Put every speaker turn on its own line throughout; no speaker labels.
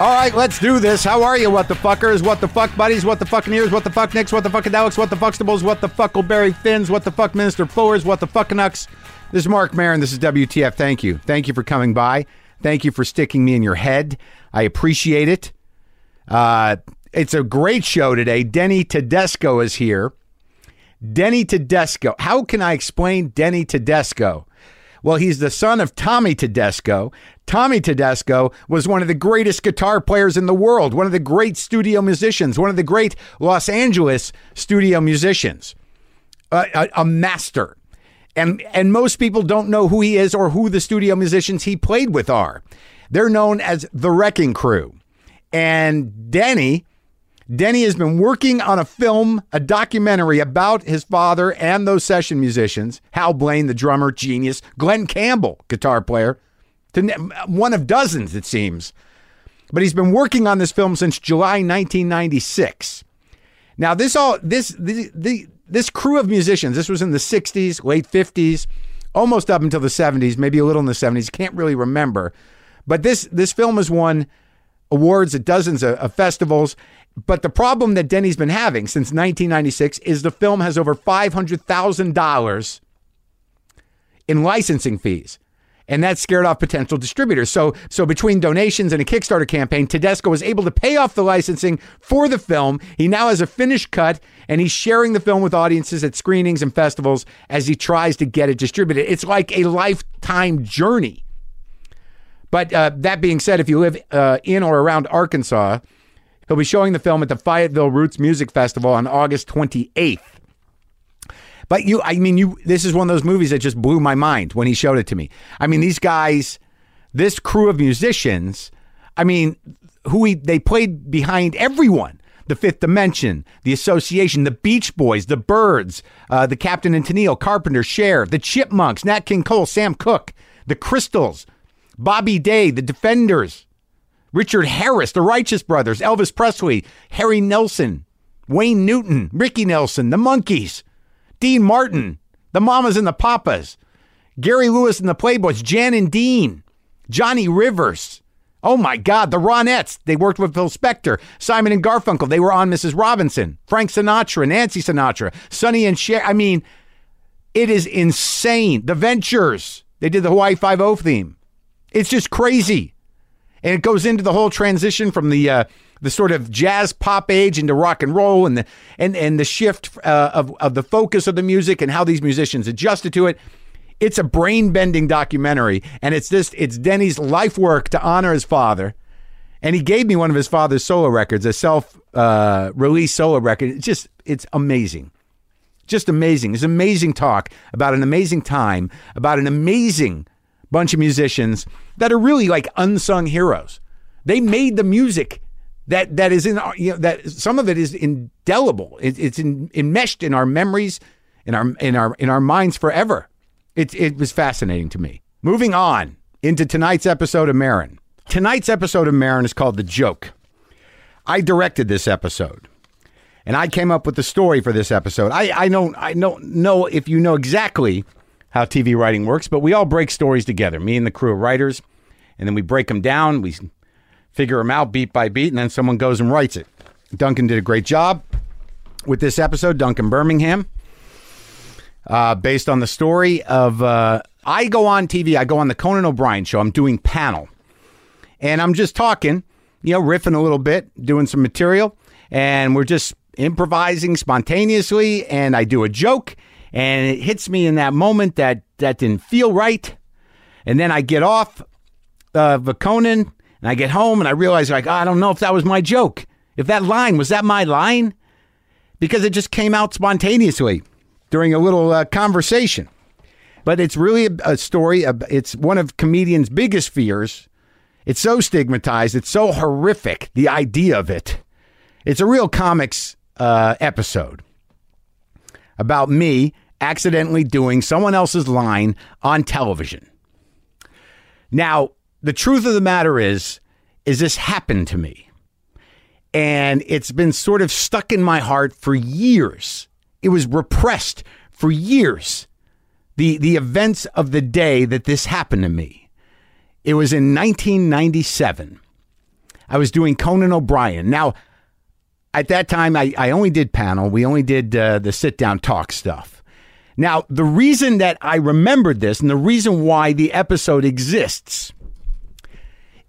All right, let's do this. How are you, what the fuckers? What the fuck buddies? What the fucking ears? What the fuck nicks? What the fucking Alex? What the fuckstables? What the fuckleberry fins? What the fuck minister forwards? What the fucking ucks? This is Mark Marin. This is WTF. Thank you. Thank you for coming by. Thank you for sticking me in your head. I appreciate it. Uh, it's a great show today. Denny Tedesco is here. Denny Tedesco. How can I explain Denny Tedesco? Well, he's the son of Tommy Tedesco. Tommy Tedesco was one of the greatest guitar players in the world, one of the great studio musicians, one of the great Los Angeles studio musicians, a, a- a master. And, and most people don't know who he is or who the studio musicians he played with are. They're known as the Wrecking Crew. And Denny, Denny has been working on a film, a documentary about his father and those session musicians Hal Blaine, the drummer, genius, Glenn Campbell, guitar player, to n- one of dozens, it seems. But he's been working on this film since July 1996. Now, this all this the, the this crew of musicians. This was in the '60s, late '50s, almost up until the '70s, maybe a little in the '70s. Can't really remember. But this this film has won awards at dozens of, of festivals. But the problem that Denny's been having since 1996 is the film has over five hundred thousand dollars in licensing fees. And that scared off potential distributors. So, so between donations and a Kickstarter campaign, Tedesco was able to pay off the licensing for the film. He now has a finished cut, and he's sharing the film with audiences at screenings and festivals as he tries to get it distributed. It's like a lifetime journey. But uh, that being said, if you live uh, in or around Arkansas, he'll be showing the film at the Fayetteville Roots Music Festival on August 28th. But you, I mean, you. This is one of those movies that just blew my mind when he showed it to me. I mean, these guys, this crew of musicians. I mean, who he, they played behind everyone. The Fifth Dimension, the Association, the Beach Boys, the Birds, uh, the Captain and Tennille, Carpenter, Cher, the Chipmunks, Nat King Cole, Sam Cooke, the Crystals, Bobby Day, the Defenders, Richard Harris, the Righteous Brothers, Elvis Presley, Harry Nelson, Wayne Newton, Ricky Nelson, the Monkees, Dean Martin, the Mamas and the Papas, Gary Lewis and the Playboys, Jan and Dean, Johnny Rivers. Oh my God, the Ronettes. They worked with Phil Spector, Simon and Garfunkel. They were on Mrs. Robinson, Frank Sinatra, Nancy Sinatra, Sonny and Cher. I mean, it is insane. The Ventures. They did the Hawaii Five O theme. It's just crazy and it goes into the whole transition from the uh, the sort of jazz pop age into rock and roll, and the and and the shift uh, of of the focus of the music and how these musicians adjusted to it. It's a brain bending documentary, and it's this it's Denny's life work to honor his father. And he gave me one of his father's solo records, a self uh, release solo record. It's just it's amazing just amazing. It's amazing talk about an amazing time, about an amazing bunch of musicians that are really like unsung heroes. They made the music that that is in our, you know, that some of it is indelible. It, it's in, enmeshed in our memories, in our in our in our minds forever. It it was fascinating to me. Moving on into tonight's episode of Marin. Tonight's episode of Marin is called The Joke. I directed this episode and I came up with the story for this episode. I, I don't I don't know if you know exactly how TV writing works, but we all break stories together, me and the crew of writers, and then we break them down, we figure them out beat by beat, and then someone goes and writes it. Duncan did a great job with this episode, Duncan Birmingham, uh, based on the story of uh, I go on TV, I go on the Conan O'Brien show, I'm doing panel and I'm just talking, you know, riffing a little bit, doing some material, and we're just improvising spontaneously. And I do a joke, and it hits me in that moment that that didn't feel right, and then I get off of a Conan, and I get home, and I realize like I don't know if that was my joke, if that line was that my line, because it just came out spontaneously during a little uh, conversation. But it's really a, a story. Of, it's one of comedians' biggest fears it's so stigmatized. It's so horrific, the idea of it. It's a real comics uh, episode about me accidentally doing someone else's line on television. Now, the truth of the matter is, is this happened to me. And it's been sort of stuck in my heart for years. It was repressed for years. The the events of the day that this happened to me. It was in 1997. I was doing Conan O'Brien. Now, at that time, I, I only did panel. We only did uh, the sit down talk stuff. Now, the reason that I remembered this and the reason why the episode exists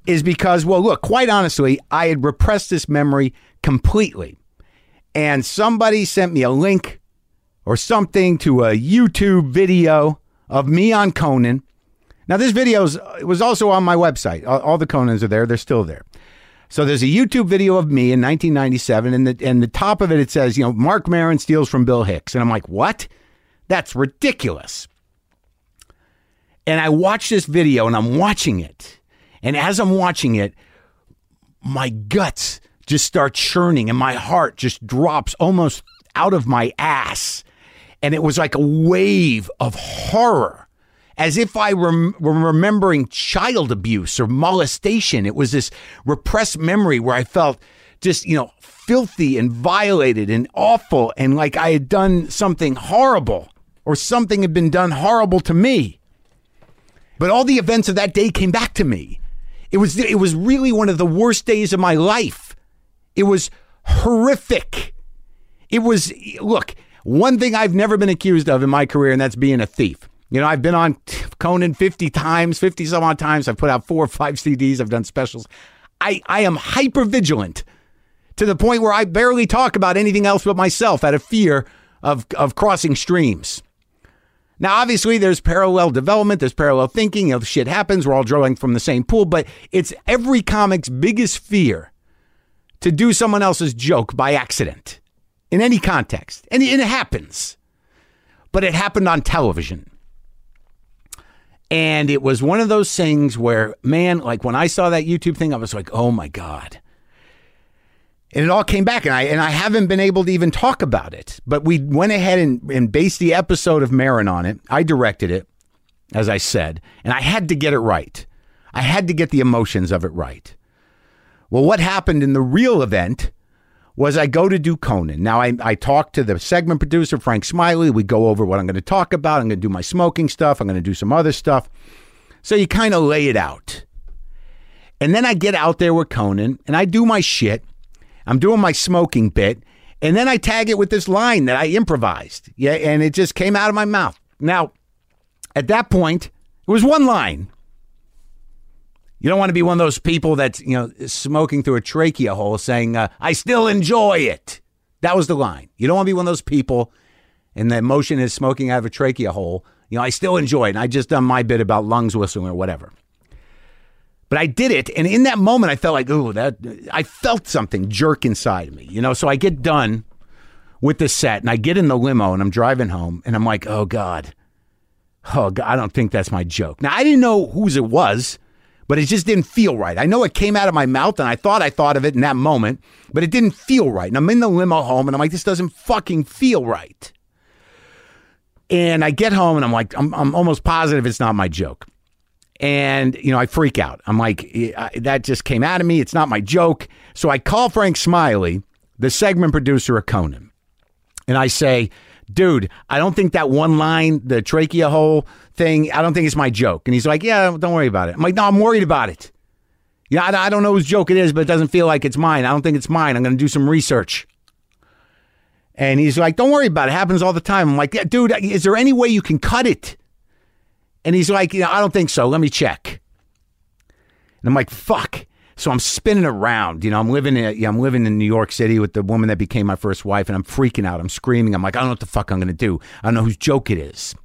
is because, well, look, quite honestly, I had repressed this memory completely. And somebody sent me a link or something to a YouTube video of me on Conan. Now, this video is- uh, was also on my website. All, all the Conans are there, they're still there. So there's a YouTube video of me in 1997, and the, and the top of it, it says, you know, Mark Marin steals from Bill Hicks. And I'm like, what? That's ridiculous. And I watch this video and I'm watching it. And as I'm watching it, my guts just start churning and my heart just drops almost out of my ass. And it was like a wave of horror, as if I rem- were remembering child abuse or molestation. It was this repressed memory where I felt just, you know, filthy and violated and awful and like I had done something horrible or something had been done horrible to me. But all the events of that day came back to me. It was it was really one of the worst days of my life. It was horrific. It was look, one thing I've never been accused of in my career and that's being a thief. You know, I've been on Conan 50 times, 50 some odd times. I've put out 4 or 5 CDs, I've done specials. I I am hyper vigilant to the point where I barely talk about anything else but myself out of fear of of crossing streams. Now, obviously, there's parallel development, there's parallel thinking, you know, shit happens, we're all drawing from the same pool, but it's every comic's biggest fear to do someone else's joke by accident in any context. And it happens, but it happened on television. And it was one of those things where, man, like when I saw that YouTube thing, I was like, oh my God and it all came back and I and I haven't been able to even talk about it. But we went ahead and, and based the episode of Marin on it. I directed it, as I said, and I had to get it right. I had to get the emotions of it right. Well, what happened in the real event was I go to do Conan. Now I, I talk to the segment producer, Frank Smiley. We go over what I'm going to talk about. I'm going to do my smoking stuff. I'm going to do some other stuff. So you kind of lay it out. And then I get out there with Conan and I do my shit. I'm doing my smoking bit, and then I tag it with this line that I improvised. Yeah, and it just came out of my mouth. Now, at that point, it was one line. You don't want to be one of those people that's you know smoking through a trachea hole, saying uh, "I still enjoy it." That was the line. You don't want to be one of those people, and the emotion is smoking out of a trachea hole. You know, I still enjoy it. And I just done my bit about lungs whistling or whatever. But I did it, and in that moment, I felt like, ooh, that I felt something jerk inside of me, you know. So I get done with the set, and I get in the limo, and I'm driving home, and I'm like, oh god, oh god, I don't think that's my joke. Now I didn't know whose it was, but it just didn't feel right. I know it came out of my mouth, and I thought I thought of it in that moment, but it didn't feel right. And I'm in the limo home, and I'm like, this doesn't fucking feel right. And I get home, and I'm like, I'm, I'm almost positive it's not my joke and you know i freak out i'm like I, that just came out of me it's not my joke so i call frank smiley the segment producer of conan and i say dude i don't think that one line the trachea hole thing i don't think it's my joke and he's like yeah don't worry about it i'm like no i'm worried about it you know, I, I don't know whose joke it is but it doesn't feel like it's mine i don't think it's mine i'm going to do some research and he's like don't worry about it, it happens all the time i'm like yeah, dude is there any way you can cut it and he's like, you know, I don't think so. Let me check. And I'm like, fuck. So I'm spinning around. You know, I'm living in yeah, I'm living in New York City with the woman that became my first wife, and I'm freaking out. I'm screaming. I'm like, I don't know what the fuck I'm gonna do. I don't know whose joke it is.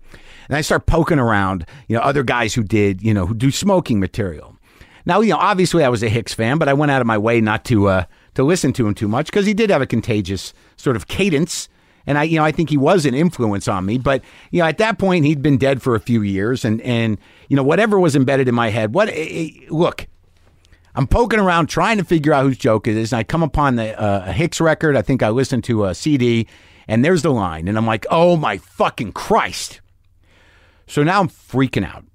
And I start poking around, you know, other guys who did, you know, who do smoking material. Now, you know, obviously I was a Hicks fan, but I went out of my way not to uh, to listen to him too much because he did have a contagious sort of cadence and I, you know, I think he was an influence on me. But you know, at that point, he'd been dead for a few years, and and you know, whatever was embedded in my head, what eh, eh, look. I'm poking around trying to figure out whose joke it is, and I come upon the uh, a Hicks record. I think I listened to a CD, and there's the line, and I'm like, "Oh my fucking Christ!" So now I'm freaking out,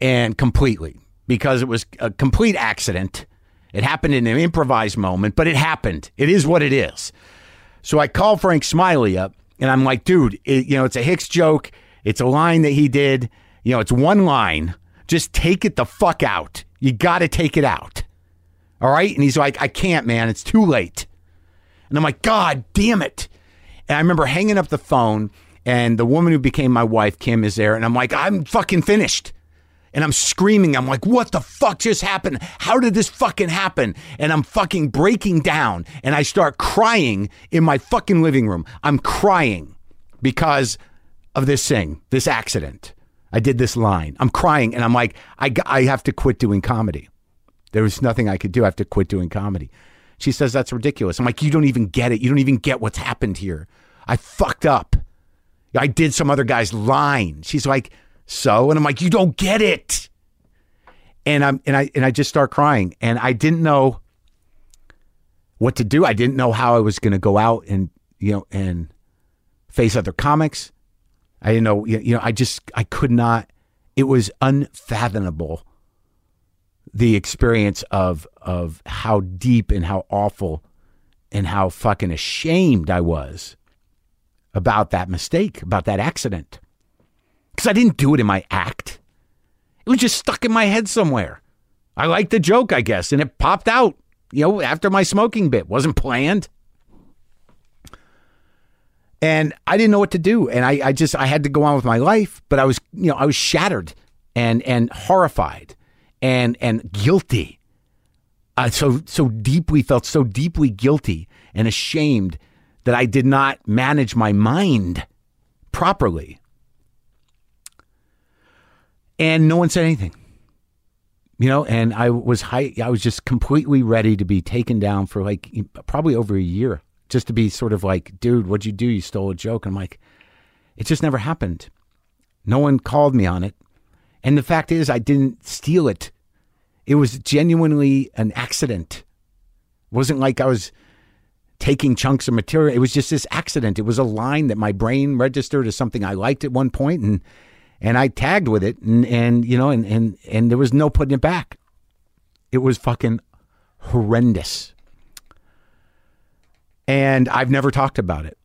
and completely because it was a complete accident. It happened in an improvised moment, but it happened. It is what it is. So I call Frank Smiley up and I'm like, dude, it, you know, it's a Hicks joke. It's a line that he did. You know, it's one line. Just take it the fuck out. You got to take it out All right. And he's like, I can't, man. It's too late. And I'm like, God damn it. And I remember hanging up the phone, and the woman who became my wife, Kim, is there. And I'm like, I'm fucking finished. And I'm screaming. I'm like, what the fuck just happened? How did this fucking happen? And I'm fucking breaking down. And I start crying in my fucking living room. I'm crying because of this thing, this accident. I did this line. I'm crying. And I'm like, I, g- I have to quit doing comedy. There was nothing I could do. I have to quit doing comedy. She says, That's ridiculous. I'm like, You don't even get it. You don't even get what's happened here. I fucked up. I did some other guy's line. She's like, So? And I'm like, You don't get it. And I'm and I and I just start crying. And I didn't know what to do. I didn't know how I was gonna go out and you know and face other comics. I didn't know you you know, I just I could not it was unfathomable the experience of of how deep and how awful and how fucking ashamed I was about that mistake, about that accident. Cuz I didn't do it in my act. It was just stuck in my head somewhere. I liked the joke, I guess, and it popped out, you know, after my smoking bit. Wasn't planned. And I didn't know what to do. And I, I just I had to go on with my life, but I was you know, I was shattered and and horrified and and guilty. Uh, so so deeply felt so deeply guilty and ashamed that I did not manage my mind properly. And no one said anything. You know, and I was high, I was just completely ready to be taken down for like probably over a year, just to be sort of like, dude, what'd you do? You stole a joke. And I'm like, it just never happened. No one called me on it. And the fact is, I didn't steal it. It was genuinely an accident. It wasn't like I was taking chunks of material. It was just this accident. It was a line that my brain registered as something I liked at one point and and I tagged with it and, and you know and, and and there was no putting it back. It was fucking horrendous. And I've never talked about it.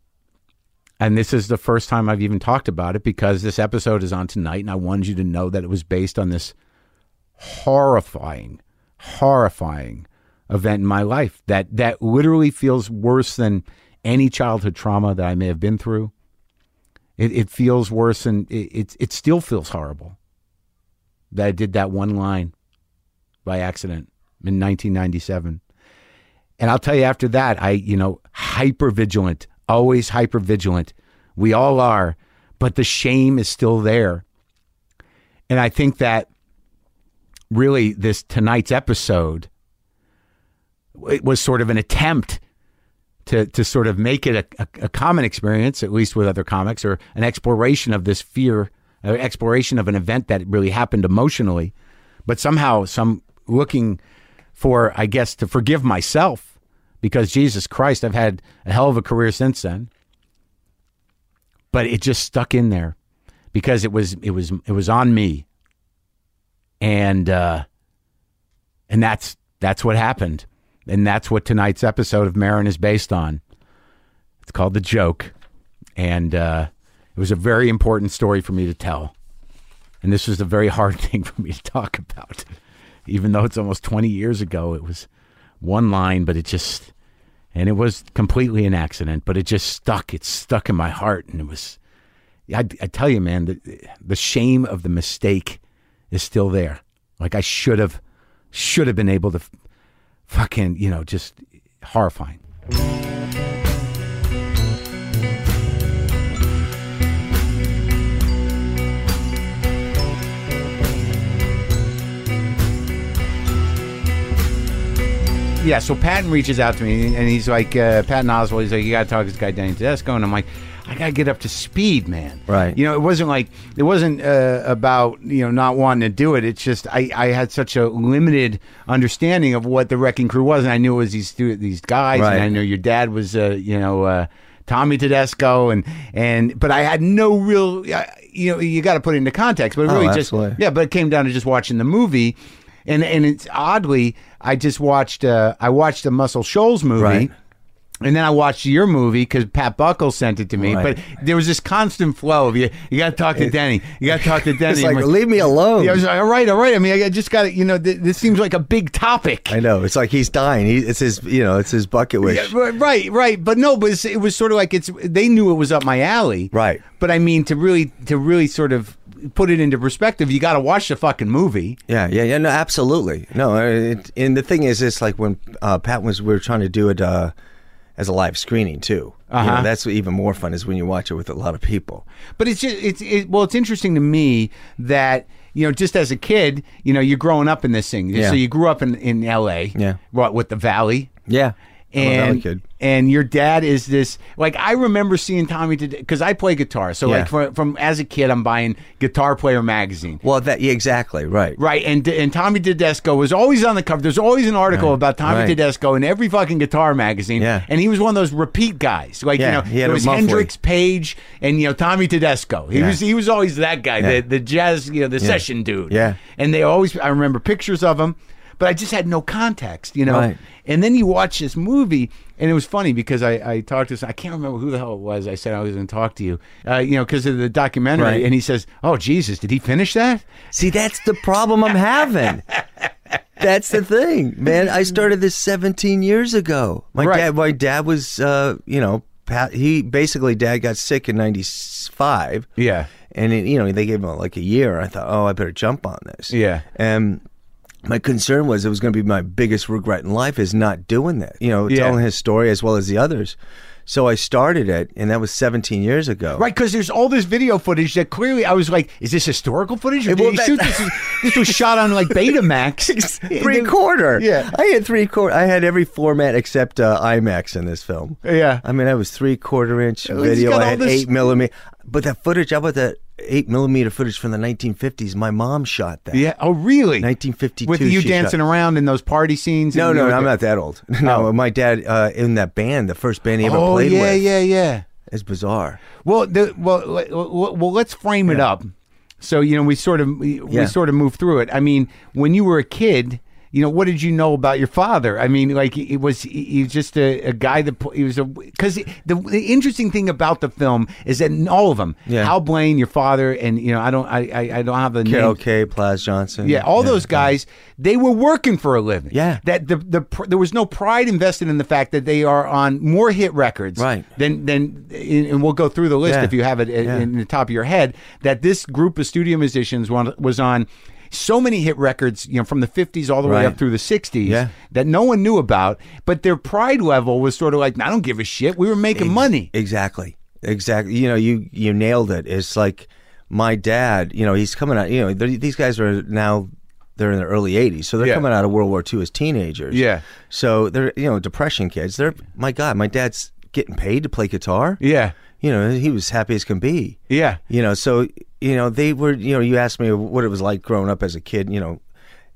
And this is the first time I've even talked about it because this episode is on tonight and I wanted you to know that it was based on this horrifying, horrifying event in my life that that literally feels worse than any childhood trauma that I may have been through. It, it feels worse and it, it it still feels horrible that I did that one line by accident in 1997. And I'll tell you after that, I, you know, hyper vigilant, always hyper vigilant. We all are, but the shame is still there. And I think that really this tonight's episode it was sort of an attempt to to sort of make it a, a, a common experience, at least with other comics, or an exploration of this fear, an exploration of an event that really happened emotionally, but somehow some looking for, I guess, to forgive myself because Jesus Christ, I've had a hell of a career since then, but it just stuck in there because it was it was it was on me, and uh, and that's that's what happened, and that's what tonight's episode of Marin is based on. It's called the joke, and uh, it was a very important story for me to tell, and this was a very hard thing for me to talk about, even though it's almost twenty years ago. It was one line, but it just and it was completely an accident, but it just stuck. It stuck in my heart, and it was. I, I tell you, man, the, the shame of the mistake is still there. Like I should have, should have been able to, f- fucking, you know, just horrifying. Yeah, so Patton reaches out to me and he's like, uh, Patton Oswald, he's like, you got to talk to this guy, Danny Tedesco. And I'm like, I got to get up to speed, man.
Right.
You know, it wasn't like, it wasn't uh, about, you know, not wanting to do it. It's just, I, I had such a limited understanding of what the Wrecking Crew was. And I knew it was these, two- these guys.
Right.
And I knew your dad was, uh, you know, uh, Tommy Tedesco. And, and, but I had no real, uh, you know, you got to put it into context. But it really just,
Oh, absolutely.
yeah, but it came down to just watching the movie, and and it's oddly, I just watched uh, I watched a Muscle Shoals movie,
Right.
And then I watched your movie because Pat Buckle sent it to me.
Right.
But there was this constant flow of you. You got to talk to Denny. You got to talk to Denny.
It's
I'm
like, leave me alone.
Yeah, I was like, all right, all right. I mean, I I just got to, you know, th- this seems like a big topic.
I know. It's like he's dying. He, it's his, you know, it's his bucket wish.
Yeah, right, right, right. But no, but it's, it was sort of like it's. They knew it was up my alley,
Right.
But I mean, to really, to really sort of put it into perspective, you got to watch the fucking movie.
Yeah, yeah, yeah. No, absolutely. No, uh, it, and the thing is, it's like when uh, Pat was, we were trying to do it uh, as a live screening too. You know,
Uh-huh.
that's even more fun is when you watch it with a lot of people.
But it's just, it's it, well, it's interesting to me that you know, just as a kid, you know, you're growing up in this thing.
Yeah.
So you grew up in in L.A.
Yeah.
right with the Valley.
Yeah, I'm a Valley
and
kid.
and your dad is this like I remember seeing Tommy today because I play guitar. So
Yeah.
like from, from as a kid, I'm buying Guitar Player magazine.
Well, that yeah, exactly right.
Right, and and Tommy Tedesco was always on the cover. There's always an article about Tommy
right.
Tedesco in every fucking guitar magazine.
Yeah.
and he was one of those repeat guys. Like
Yeah,
you know,
he had
there
a
was
muffler.
Hendrix, Page, and you know Tommy Tedesco. He
Yeah.
was he was always that guy,
Yeah.
the the jazz, you know, the session dude.
Yeah.
and they always. I remember pictures of him, but I just had no context, you know.
Right.
And then you watch this movie, and it was funny because I, I talked to some, I can't remember who the hell it was. I said I was going to talk to you, uh, you know, because of the documentary.
Right.
And he says, "Oh Jesus, did he finish that?"
See, that's the problem I'm having. That's the thing, man. I started this 17 years ago. My
Right.
dad, my dad was, uh, you know, Pat, he basically dad got sick in '95.
Yeah.
and it, you know they gave him like a year. I thought, oh, I better jump on this.
Yeah.
and my concern was it was going to be my biggest regret in life is not doing that. You know,
Yeah.
telling his story as well as the others. So I started it, and that was 17 years ago.
Right, because there's all this video footage that clearly I was like, is this historical footage? Or did
well,
he
that-
shoot this? this was shot on like Betamax.
three quarter.
Yeah.
I had three quarter. I had every format except uh, IMAX in this film.
Yeah.
I mean, I was three quarter inch
least he's
video.
got
I
all
had
this-
eight millimeter. But that footage, how about that eight millimeter footage from the 1950s? My mom shot that.
Yeah. Oh, really?
1952.
With you
she shot-
dancing around in those party scenes.
No,
and
no,
you
no,
were-
I'm not that old. No, my dad uh, in that band, the first band he ever
Oh,
played
yeah,
with.
yeah, yeah.
It's bizarre.
Well, the, well, le- well, well, let's frame it up. So you know, we sort of we, we
Yeah.
sort of move through it. I mean, when you were a kid, you know, what did you know about your father? I mean, like it was he he was just a, a guy that pl- he was a because the, the interesting thing about the film is that in all of them,
Yeah.
Hal Blaine, your father, and you know, I don't, I, I, I don't have the
Carol
name.
Kay, Plaz Johnson.
Yeah, all those guys, they were working for a living.
Yeah.
that the the pr- there was no pride invested in the fact that they are on more hit records.
Right.
Then then and we'll go through the list
Yeah.
if you have it in,
Yeah.
in the top of your head that this group of studio musicians wan- was on so many hit records, you know, from the 50s all the way
Right.
up through the 60s
Yeah.
that no one knew about, but their pride level was sort of like, I don't give a shit. We were making money.
Exactly. Exactly. You know, you you nailed it. It's like my dad. You know, he's coming out. You know, they're- these guys are now they're in their early 80s, so they're
Yeah.
coming out of World War II as teenagers.
Yeah.
So they're you know depression kids. They're my God. My dad's getting paid to play guitar.
Yeah.
You know, he was happy as can be.
Yeah.
You know, so you know they were. You know, you asked me what it was like growing up as a kid. You know,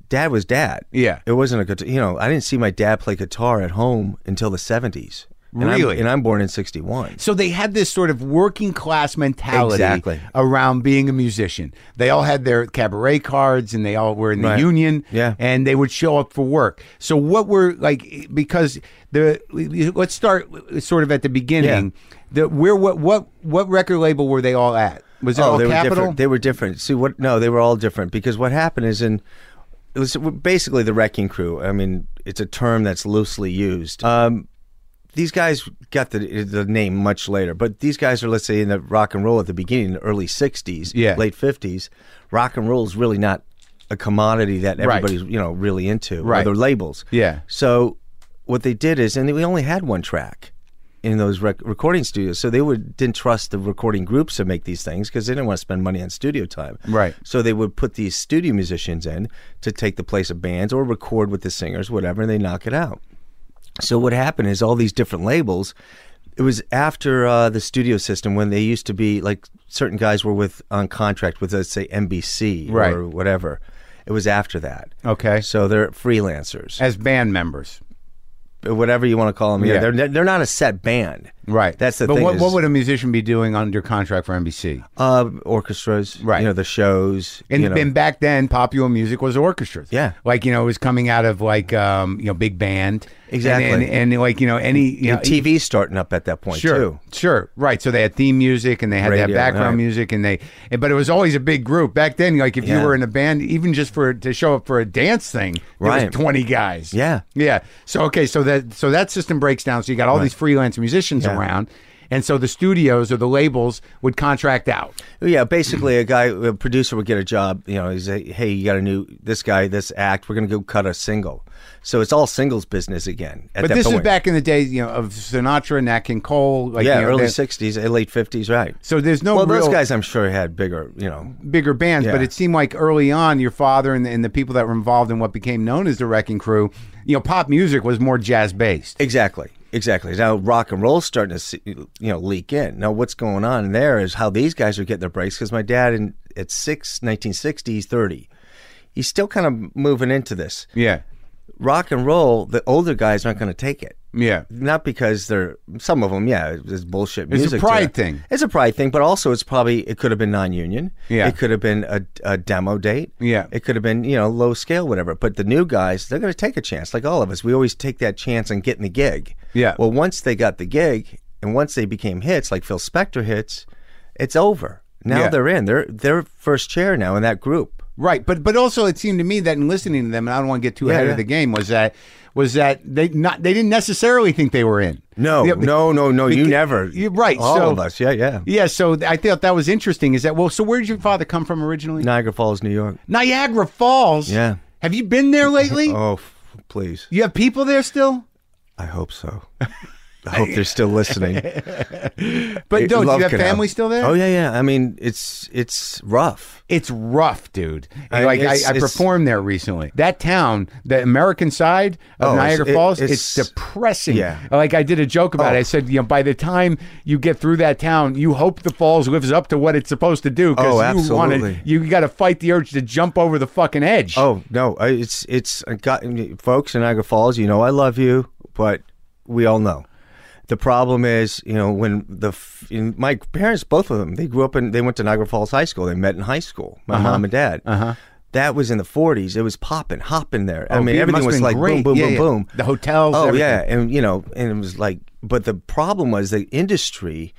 dad was dad.
Yeah.
it wasn't a guitar. You know, I didn't see my dad play guitar at home until the seventies.
Really?
and I'm born in '61.
So they had this sort of working class mentality
Exactly.
around being a musician. They all had their cabaret cards and they all were in the
Right.
union
Yeah.
and they would show up for work. So what were like because the let's start sort of at the beginning. The where what what what record label were they all at? Was it all
Oh, they were
Oh, Capitol?
different. They were different. See what? No, they were all different because what happened is in it was basically the wrecking crew. I mean, it's a term that's loosely used. Um, these guys got the the name much later, but these guys are let's say in the rock and roll at the beginning, the early '60s,
Yeah.
late '50s. Rock and roll is really not a commodity that
Right.
everybody's you know really into.
Right.
Other labels.
Yeah.
So what they did is, and we only had one track in those rec- recording studios, so they would didn't trust the recording groups to make these things because they didn't want to spend money on studio time.
Right.
So they would put these studio musicians in to take the place of bands or record with the singers, whatever, and they knock it out. So what happened is all these different labels. It was after uh, the studio system when they used to be like certain guys were with on contract with let's say NBC
Right.
or whatever. It was after that.
Okay.
So they're freelancers.
As band members.
whatever you want to call them. Yeah,
Yeah.
they're they're not a set band.
Right.
That's the
but
thing.
what,
is,
what would a musician be doing under contract for NBC?
uh, orchestras?
Right.
You know the shows.
And,
you know.
and back then, popular music was orchestras.
Yeah.
like you know, it was coming out of like um, you know big band. And-
Exactly.
and, and, like you know any you know,
And TV's starting up at that point
Sure,
too.
sure, right. So they had theme music and they had that
Radio,
background
right.
music, and they, and- but it was always a big group back then. Like if you
Yeah.
were in a band, even just for to show up for a dance thing, there
Right.
was twenty guys.
Yeah.
yeah. So okay, so that so that system breaks down. So you got all these freelance musicians around, and so the studios or the labels would contract out.
Yeah, basically, a guy, a producer would get a job. You know, he's like, hey, you got a new this guy, this act. We're gonna go cut a single. So it's all singles business again. At
But
that
this
point.
is back in the day, you know, of Sinatra, Nat King Cole. Like,
Yeah,
you know,
early
that-
'60s, eh, late '50s, right?
So there's no
well,
real
those guys, I'm sure, had bigger. You know,
bigger bands, but
Yeah.
it seemed like early on, your father and, and the people that were involved in what became known as the Wrecking Crew, you know, pop music was more jazz based.
exactly, exactly. Now rock and roll's starting to see, you know leak in. Now what's going on there is how these guys are getting their breaks because my dad in at six, 1960, he's 30. He's still kind of moving into this
Yeah,
rock and roll. The older guys aren't going to take it.
yeah,
not because they're some of them. Yeah, it's bullshit.
a
Music to
pride
it.
thing.
It's a pride thing, but also it's probably it could have been non-union.
Yeah.
it could have been a, a demo date.
Yeah.
it could have been you know low scale, whatever. But the new guys, they're going to take a chance, like all of us. We always take that chance on getting the gig.
Yeah.
Well, once they got the gig, and once they became hits, like Phil Spector hits, it's over. Now
Yeah.
they're in. They're they're first chair now in that group.
right. But but also, it seemed to me that in listening to them, and I don't want to get too ahead
yeah.
of the game, was that was that they not they didn't necessarily think they were in.
No,
Yeah,
no, no, no. You
beca-
never.
You're right,
All
so-
of us. Yeah, yeah.
Yeah, so th- I thought that was interesting. Is that well? So where did your father come from originally?
Niagara Falls, New York.
Niagara Falls.
Yeah.
Have you been there lately?
Oh, f- please.
You have people there still?
I hope so. I hope they're still listening.
But no, do
Love
you have
Canal.
family still there?
Oh yeah, yeah. I mean, it's it's rough.
It's rough, dude.
I-
like
it's-
I, I
it's-
performed there recently. That town, the American side of
Oh, it's-
Niagara
it-
Falls, it's,
it's-
depressing.
Yeah.
Like I did a joke about it.
Oh.
I said, you know, by the time you get through that town, you hope the falls lives up to what it's supposed to do
Oh,
you wanna-
absolutely.
you got to fight the urge to jump over the fucking edge.
Oh no, I- it's it's I got folks in Niagara Falls. You know, I love you, but we all know the problem is you know when the f- in, my parents, both of them, they grew up in they went to Niagara Falls High School. They met in high school. My mom and dad. Uh-huh. That was in the '40s. It was popping, hopping there. I
Oh,
mean,
it
everything
must've
was
been great.
like boom, boom,
Yeah,
boom,
yeah.
boom.
The hotels,
Oh
everything.
yeah, and you know, and it was like, but the problem was the industry,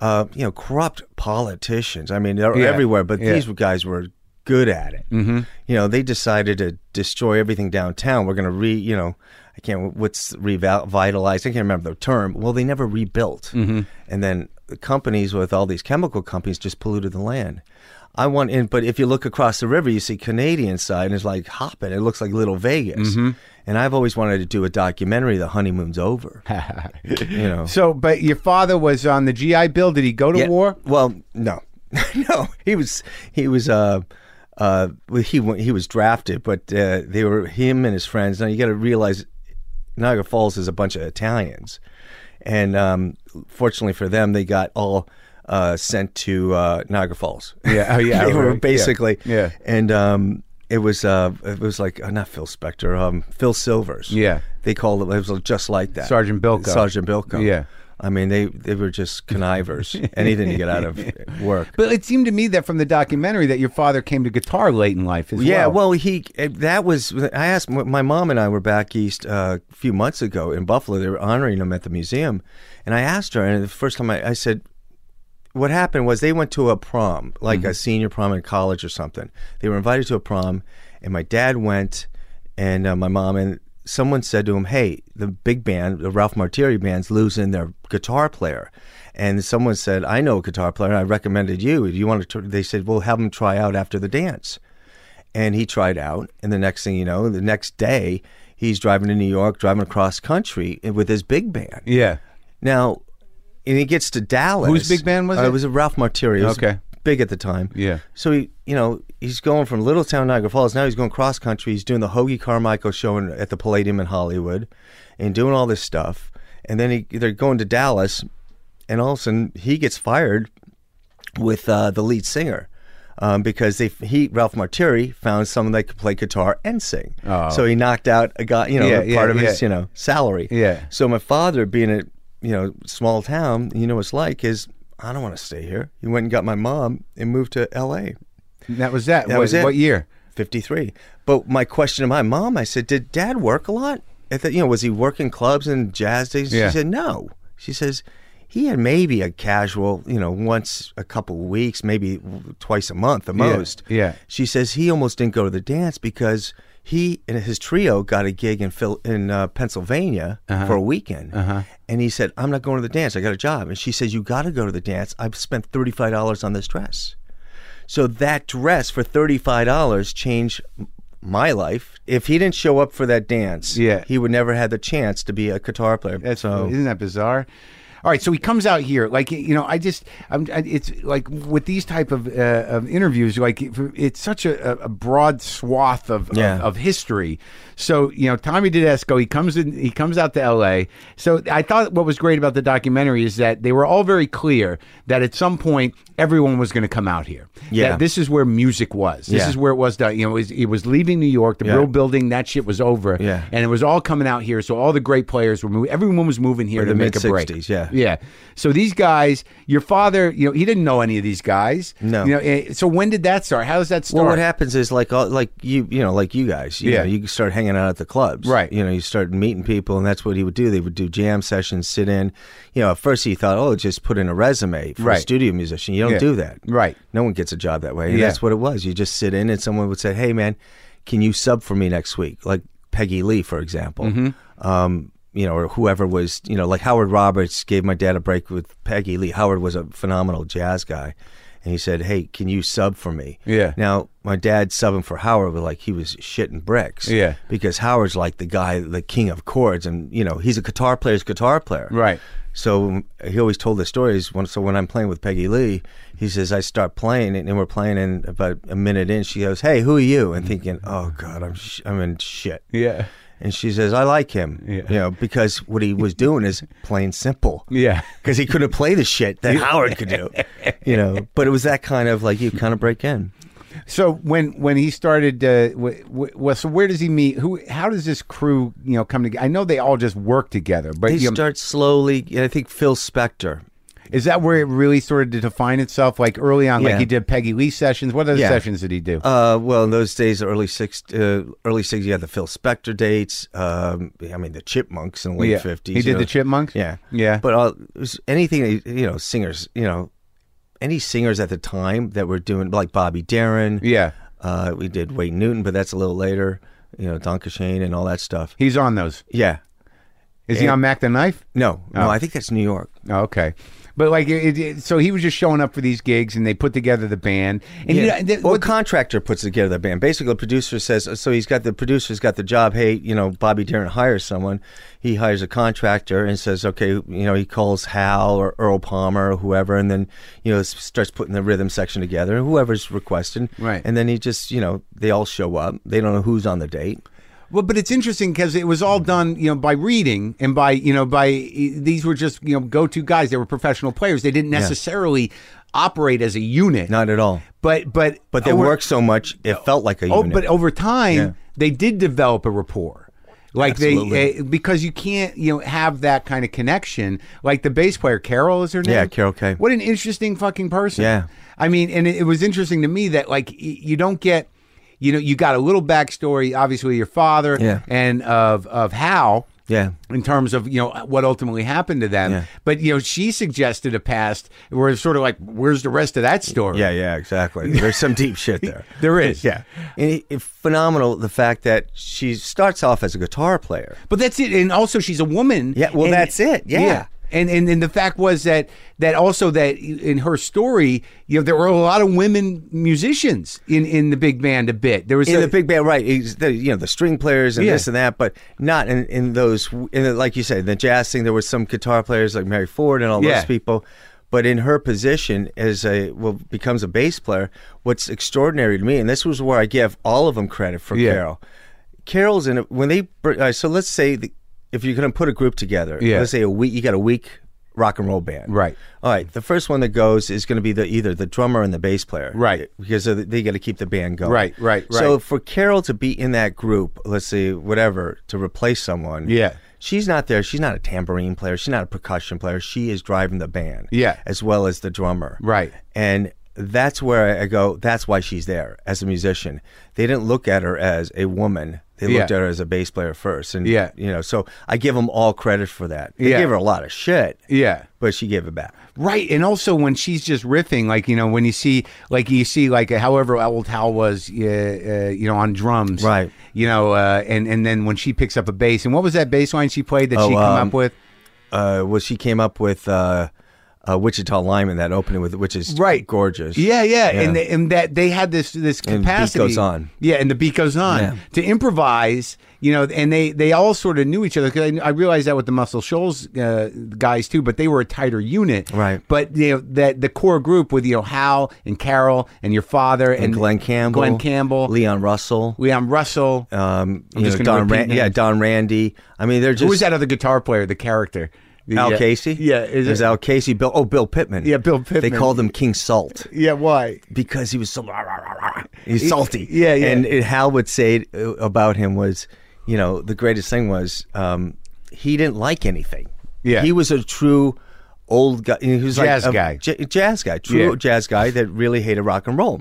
uh, you know, corrupt politicians. I mean, they're
Yeah.
everywhere, but
Yeah.
these guys were good at it. Mm-hmm. You know, they decided to destroy everything downtown. We're going to re, you know, I can't. What's revitalize? I can't remember the term. Well, they never rebuilt, mm-hmm. and then the companies with all these chemical companies just polluted the land. I want in, but if you look across the river, you see Canadian side, and it's like hopping. It looks like Little Vegas, and I've always wanted to do a documentary. The honeymoon's over, you know.
So, but your father was on the GI Bill. Did he go to
Yeah.
war?
Well, no, no. He was he was uh uh well, he wa- he was drafted, but uh, they were him and his friends. Now you got to realize Niagara Falls is a bunch of Italians, and um, fortunately for them, they got all. Uh, sent to uh, Niagara Falls.
Yeah. Oh, yeah. Right.
they were
Yeah.
basically.
Yeah.
and um, it was uh, it was like uh, not Phil Spector, um, Phil Silvers.
Yeah.
they called it. It was just like that.
Sergeant Bilko.
Sergeant Bilko.
Yeah.
I mean, they, they were just connivers. Anything to get out of work.
But it seemed to me that from the documentary that your father came to guitar late in life as
yeah,
well.
well, he eh, that was. I asked my mom and I were back east uh, a few months ago in Buffalo. They were honoring him at the museum, and I asked her. And the first time I, I said, "What happened was they went to a prom, like a senior prom in college or something. They were invited to a prom, and my dad went, and uh, my mom and." Someone said to him, "Hey, the big band, the Ralph Martiri band's losing their guitar player," and someone said, "I know a guitar player. I recommended you. If you want to," tr-" they said, "Well, have him try out after the dance." and he tried out and the next thing you know the next day he's driving to new york driving across country eh, with his big band
yeah.
now and he gets to dallas
Whose big band was
Uh,
it?
it was a ralph martiri It was
Okay.
big at the time
Yeah.
so he you know he's going from little town niagara falls now he's going cross country he's doing the hoagie carmichael show in, at the palladium in hollywood and doing all this stuff and then he, they're going to dallas and all of a sudden he gets fired with uh, the lead singer um, because they he Ralph Martiri found someone that could play guitar and sing.
Oh.
So he knocked out a guy, you know,
Yeah, yeah,
part of his,
yeah.
you know, salary.
Yeah.
So my father, being a you know small town, you know what's like is I don't want to stay here. He went and got my mom and moved to L.A.
That was that. what,
was it.
What year?
53. But my question to my mom, I said, did dad work a lot? I thought, you know, was he working clubs and jazz days?
Yeah.
She said, no. She says, he had maybe a casual, you know, once a couple weeks, maybe twice a month, the most.
yeah.
She says he almost didn't go to the dance because he and his trio got a gig in Phil, in uh, Pennsylvania
Uh-huh.
for a weekend, and he said, "I'm not going to the dance. I got a job." And she says, "You got to go to the dance. I've spent thirty five dollars on this dress." So that dress for thirty five dollars changed m- my life. If he didn't show up for that dance,
Yeah.
he would never have the chance to be a guitar player.
That's
so
isn't that bizarre? All right, so he comes out here, like you know, I just, I'm, I, it's like with these type of, uh, of interviews, like it- it's such a, a- a broad swath of,
Yeah.
of of history. So you know, Tommy Tedesco, he comes in, he comes out to L.A. So I thought what was great about the documentary is that they were all very clear that at some point everyone was going to come out here.
Yeah.
That this is where music was. This
Yeah.
is where it was done. You know, it was, it was leaving New York, the
Yeah.
real building, that shit was over,
Yeah.
and it was all coming out here. So all the great players were moving. Everyone was moving here
Or
to
the
make a break.
mid-sixties, yeah.
yeah. So these guys, your father, you know, he didn't know any of these guys.
No.
You know, eh, so when did that start? How does that start?
Well, what happens is like all, like you you know like you guys you
Yeah.
know, you start hanging out at the clubs
Right.
you know you start meeting people and that's what he would do they would do jam sessions sit in you know at first he thought oh just put in a resume for
Right.
a studio musician you don't
Yeah.
do that
Right.
no one gets a job that way and
Yeah.
that's what it was you just sit in and someone would say hey man can you sub for me next week like Peggy Lee for example
Mm-hmm.
um, you know or whoever was you know like Howard Roberts gave my dad a break with Peggy Lee Howard was a phenomenal jazz guy. And he said, "Hey, can you sub for me?"
Yeah.
Now, my dad subbing for Howard was like he was shitting bricks.
Yeah.
Because Howard's like the guy, the king of chords, and you know he's a guitar player's guitar player.
Right.
So he always told the stories. When, so when I'm playing with Peggy Lee, he says I start playing, and, and we're playing, and about a minute in, she goes, "Hey, who are you?" And thinking, "Oh God, I'm sh- I'm in shit."
Yeah.
And she says, "I like him."
Yeah.
You know, because what he was doing is plain simple
Yeah.
because he couldn't play the shit that Howard could do, you know. But it was that kind of like you kind of break in.
So when when he started, uh, w- w- well, so where does he meet? Who? How does this crew, you know, come together? I know they all just work together, but
They
you know,
start slowly. and I think Phil Spector.
is that where it really started to define itself? Like early on, like
Yeah.
he did Peggy Lee sessions. What other
Yeah.
sessions did he do?
Uh, well, in those days, early six, uh, early six, you had the Phil Spector dates. Um, I mean, the Chipmunks in the
Yeah.
late fifties.
He did the Chipmunks?
Yeah,
Yeah.
But uh, it was anything you know, singers, you know, any singers at the time that were doing like Bobby Darin.
yeah,
Uh, we did Wayne Newton, but that's a little later. You know, Don Shane and all that stuff.
he's on those.
Yeah.
Is he
And-
on Mac the Knife?
No,
Oh.
no, I think that's New York.
Oh, okay. But like, it, it, so he was just showing up for these gigs, and they put together the band. And you know, and th-
well,
what-
contractor puts together the band. Basically, the producer says, so he's got the producer's got the job. Hey, you know, Bobby Darin hires someone. He hires a contractor and says, okay, you know, he calls Hal or Earl Palmer or whoever, and then you know s- starts putting the rhythm section together. Whoever's requesting,
Right.
And then he just, you know, they all show up. They don't know who's on the date.
Well, but it's interesting because it was all done, you know, by reading and by, you know, by e, these were just, you know, go to guys. They were professional players. They didn't necessarily operate as a unit.
Not at all.
but but
But they
over-
work so much, it felt like a
Oh,
unit.
but over time
Yeah.
they did develop a rapport. Like they
Absolutely.
uh, because you can't you know have that kind of connection. Like the bass player Carol is her name.
Yeah, Carol Kay.
What an interesting fucking person.
Yeah.
I mean, and it, it was interesting to me that like y- you don't get. You know, you got a little backstory, obviously, of your father
Yeah.
and of of Hal,
yeah.
in terms of you know what ultimately happened to them.
Yeah.
But you know, she suggested a past where it's sort of like, where's the rest of that story?
Yeah, yeah, exactly. There's some deep shit there.
There is.
Yeah. And it- it- phenomenal the fact that she starts off as a guitar player.
But that's it. And also, she's a woman.
Yeah, well,
And-
that's it. Yeah.
And, and and the fact was that that also that in her story, you know, there were a lot of women musicians in in the big band a bit. There was
In
a-
the big band, right? is The, you know the string players and
Yeah.
this and that, but not in, in those. In the, like you said, the jazz thing. There were some guitar players like Mary Ford and all
Yeah.
those people, but in her position as a well becomes a bass player. What's extraordinary to me, and this was where I give all of them credit for
Yeah.
Carol. Carol's in a, when they br- uh, so let's say the, if you're going to put a group together,
Yeah.
let's say a week you got a week rock and roll band.
Right.
All right. The first one that goes is going to be the either the drummer and the bass player.
Right.
Because of the- they got to keep the band going.
Right, right,
So
right.
for Carol to be in that group, let's see, whatever, to replace someone.
Yeah.
She's not there. She's not a tambourine player. She's not a percussion player. She is driving the band.
Yeah.
As well as the drummer.
Right.
And that's where I go, that's why she's there as a musician. They didn't look at her as a woman. They looked
Yeah.
at her as a bass player first. And,
Yeah.
you know, so I give them all credit for that. They
Yeah.
gave her a lot of shit,
Yeah.
but she gave it back.
Right, and also when she's just riffing, like you know, when you see, like you see, like however old Hal was, uh, uh, you know, on drums,
Right.
You know, uh, and and then when she picks up a bass, and what was that bass line she played that she
Oh,
come
um,
up with?
Uh, well, she came up with uh, uh, Wichita Lineman, that opening with, which is
Right.
gorgeous.
Yeah, yeah,
Yeah.
and they, and that they had this this
And beat
capacity.
goes on.
Yeah, and the beat goes on
Yeah.
to improvise. You know, and they they all sort of knew each other because I, I realized that with the Muscle Shoals uh, guys too, but they were a tighter unit.
Right.
But you know that the core group with you know Hal and Carol and your father and,
And Glenn Campbell.
Glenn Campbell,
Leon Russell.
Leon Russell.
Um, you
just
know,
gonna
Don
repeat
Ran- yeah,
names.
Don Randy. I mean, they're just
Who was that other guitar player? The character, The,
Al
uh,
Casey?
Yeah, is
There's
it-
Al Casey. Bill. Oh, Bill Pittman.
Yeah, Bill
They
Pittman.
called him King Salt
Yeah, why?
because he was so he's salty.
yeah, yeah.
And it, Hal would say uh, about him was, you know, the greatest thing was um, he didn't like anything.
Yeah.
he was a true old guy. He was
Jazz
like a
guy.
j- jazz guy, true
Yeah.
jazz guy that really hated rock and roll.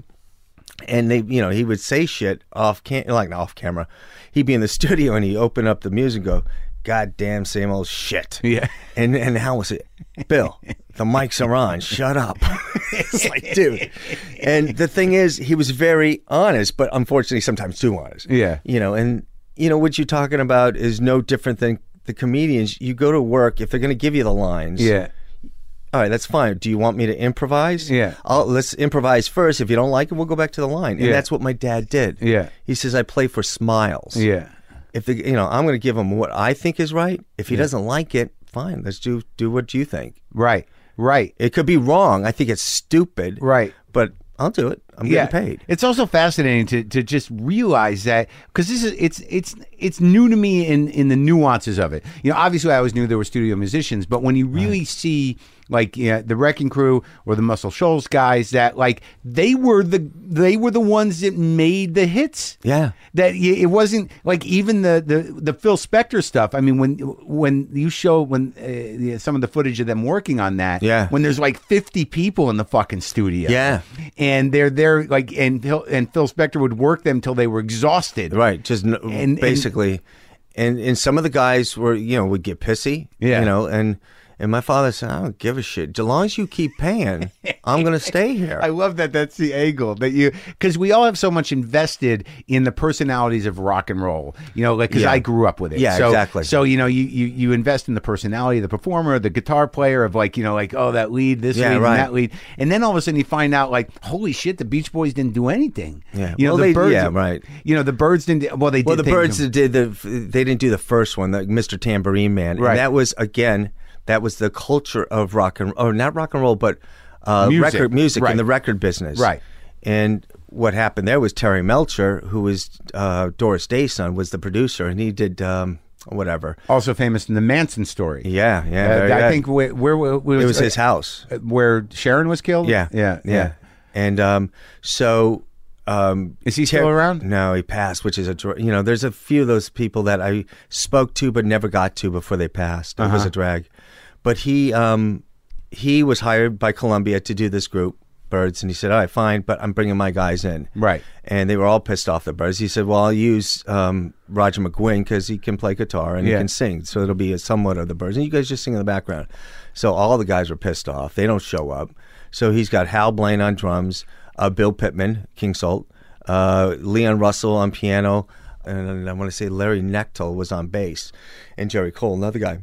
And they, you know, he would say shit off cam, like off camera. He'd be in the studio and he'd open up the music and go, "God damn, same old shit."
Yeah.
And and how was it, Bill? the mics are on. Shut up. it's like, dude. And the thing is, he was very honest, but unfortunately, sometimes too honest.
Yeah.
You know, and you know what you're talking about is no different than the comedians. You go to work if they're going to give you the lines
Yeah,
all right, that's fine. Do you want me to improvise?
Yeah.
I'll, let's improvise first. If you don't like it, we'll go back to the line. And
Yeah.
that's what my dad did.
Yeah.
He says, I play for smiles.
yeah,
If the, you know, I'm going to give him what I think is right. If he doesn't like it, fine. Let's do do what you think.
right, right.
It could be wrong. I think it's stupid.
Right.
But I'll do it. I'm getting paid.
It's also fascinating to, to just realize that because this is it's it's it's new to me in in the nuances of it. You know, obviously I always knew there were studio musicians, but when you really see like yeah, the Wrecking Crew or the Muscle Shoals guys, that like they were the they were the ones that made the hits.
Yeah.
that y- it wasn't like even the the the Phil Spector stuff. I mean, when when you show when uh, the- some of the footage of them working on that,
Yeah.
when there's like 50 people in the fucking studio,
Yeah.
and they're there like and Phil, and Phil Spector would work them till they were exhausted,
Right. Just n-
and-
basically, and, and some of the guys were you know would get pissy.
Yeah.
You know, and and my father said, I don't give a shit. As long as you keep paying, I'm going to stay here.
I love that. That's the angle that you because we all have so much invested in the personalities of rock and roll. You know, like because
Yeah.
I grew up with it.
Yeah,
so,
exactly.
So you know, you, you you invest in the personality of the performer, the guitar player, of like you know, like oh that lead, this
Yeah,
lead,
right.
and that lead, and then all of a sudden you find out like holy shit, the Beach Boys didn't do anything.
Yeah.
you know
Well,
the
they-
birds.
yeah, right.
You know the birds didn't. Well, they
Well,
did.
the
things-
birds did the they didn't do the first one, the Mr. Tambourine Man,
Right.
and that was again that was the culture of rock and or not rock and roll, but uh,
Music.
record music
Right.
and the record business,
Right.
And what happened there was Terry Melcher, who was uh, Doris Day's son, was the producer, and he did um, whatever.
also famous in the Manson story.
Yeah, yeah.
Uh,
there-
I
yeah.
think where, where, where
it was his house.
uh, where Sharon was killed.
Yeah,
yeah,
yeah. And um, so, um,
Is he still around?
No, he passed, which is a dra- you know. There's a few of those people that I spoke to but never got to before they passed. It was
Uh-huh.
a drag, but he um, he was hired by Columbia to do this group birds, and he said, "All right, fine, but I'm bringing my guys in."
Right.
and they were all pissed off the birds. He said, "Well, I'll use um, Roger McGuinn because he can play guitar and
Yeah.
he can sing, so it'll be a somewhat of the birds." And you guys just sing in the background. So all the guys were pissed off. They don't show up. So he's got Hal Blaine on drums, uh, Bill Pittman, King Salt, uh, Leon Russell on piano, and I want to say Larry Nechtel was on bass, and Jerry Cole, another guy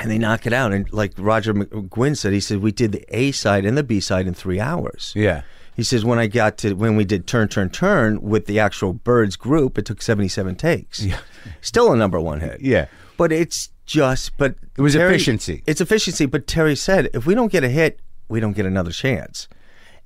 and they knock it out. And like Roger McGuinn said, he said we did the A side and the B side in three hours.
Yeah.
He says when I got to when we did turn turn turn with the actual Birds group, it took seventy seven takes. Yeah. Still a number one hit.
Yeah.
But it's just but
It was efficiency.
It's efficiency. But Terry said if we don't get a hit, we don't get another chance.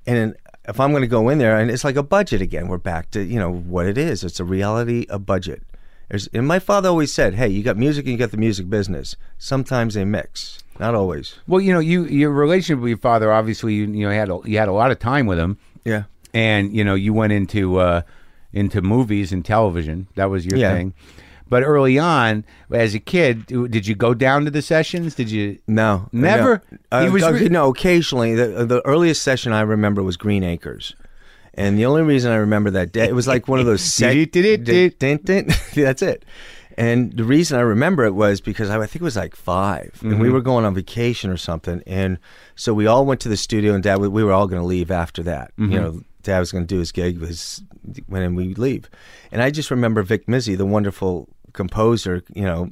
And then if I'm going to go in there, and it's like a budget again, we're back to you know what it is. It's a reality, a budget. There's, and my father always said, "Hey, you got music and you got the music business. Sometimes they mix." Not always.
Well, you know, you your relationship with your father, obviously, you you know, had a, you had a lot of time with him,
Yeah.
and you know, you went into uh, into movies and television. That was your
Yeah.
thing. But early on, as a kid, did you go down to the sessions? Did you?
No,
Never?
No,
He
Uh,
was
uh,
re-
no occasionally. The, the earliest session I remember was Green Acres, and the only reason I remember that day it was like one of those. sec-
Did-it-did-it-did.
Dun, dun. That's it. And the reason I remember it was because I, I think it was like 5 and
Mm-hmm.
we were going on vacation or something, and so we all went to the studio, and Dad, we, we were all going to leave after that.
Mm-hmm.
You know, Dad was going to do his gig with his, when we leave, and I just remember Vic Mizzy, the wonderful composer, you know,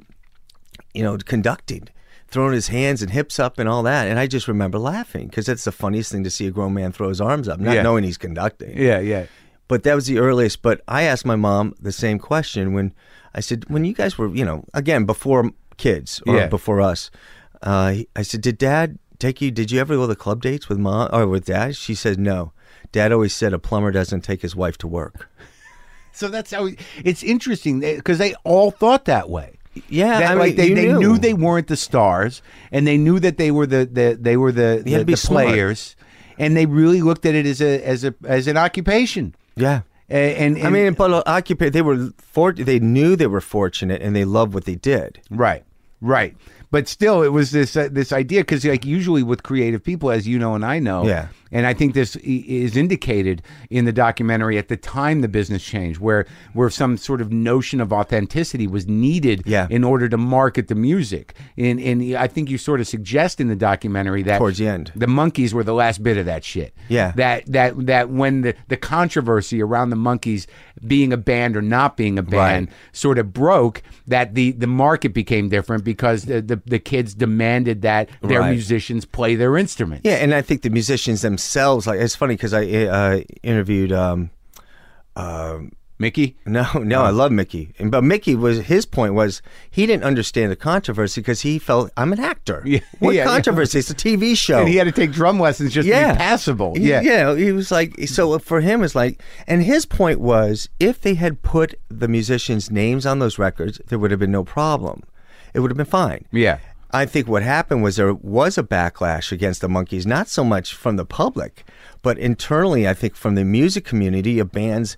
you know, conducting, throwing his hands and hips up and all that. And I just remember laughing because that's the funniest thing to see a grown man throw his arms up, not
Yeah.
knowing he's conducting.
Yeah, yeah.
But that was the earliest. But I asked my mom the same question when I said, when you guys were, you know, again, before kids or
Yeah.
before us, uh, I said, did dad take you, did you ever go to club dates with mom or with dad? She said, no. Dad always said a plumber doesn't take his wife to work.
So that's how it's interesting because they all thought that way.
Yeah,
That,
I mean,
like they,
you
they knew.
knew
they weren't the stars, and they knew that they were the, the they were the,
had
the,
to be
the
smart.
players, and they really looked at it as a as a as an occupation.
Yeah.
A- And, and
I mean, but occupy. They were for, They knew they were fortunate, and they loved what they did.
Right, right. But still, it was this uh, this idea because like usually with creative people, as you know and I know,
Yeah.
And I think this i- is indicated in the documentary at the time the business changed, where where some sort of notion of authenticity was needed
Yeah.
in order to market the music. And and I think you sort of suggest in the documentary that
Towards the end.
the monkeys were the last bit of that shit.
Yeah.
That that that when the, the controversy around the monkeys being a band or not being a band sort of broke, that the, the market became different because the, the, the kids demanded that their
Right.
musicians play their instruments.
Yeah, and I think the musicians themselves, like, it's funny because I uh, interviewed. Um,
Mickey?
no, no, I love Mickey, and, but Mickey was his point was he didn't understand the controversy because he felt I'm an actor.
Yeah,
what
yeah, yeah.
controversy? It's a TV show.
And he had to take drum lessons just to
yeah.
be passable.
He-
Oh. Yeah.
yeah. He was like, so for him, it's like, and his point was, if they had put the musicians' names on those records, there would have been no problem. It would have been fine.
Yeah.
I think what happened was there was a backlash against the monkeys, not so much from the public, but internally, I think from the music community of bands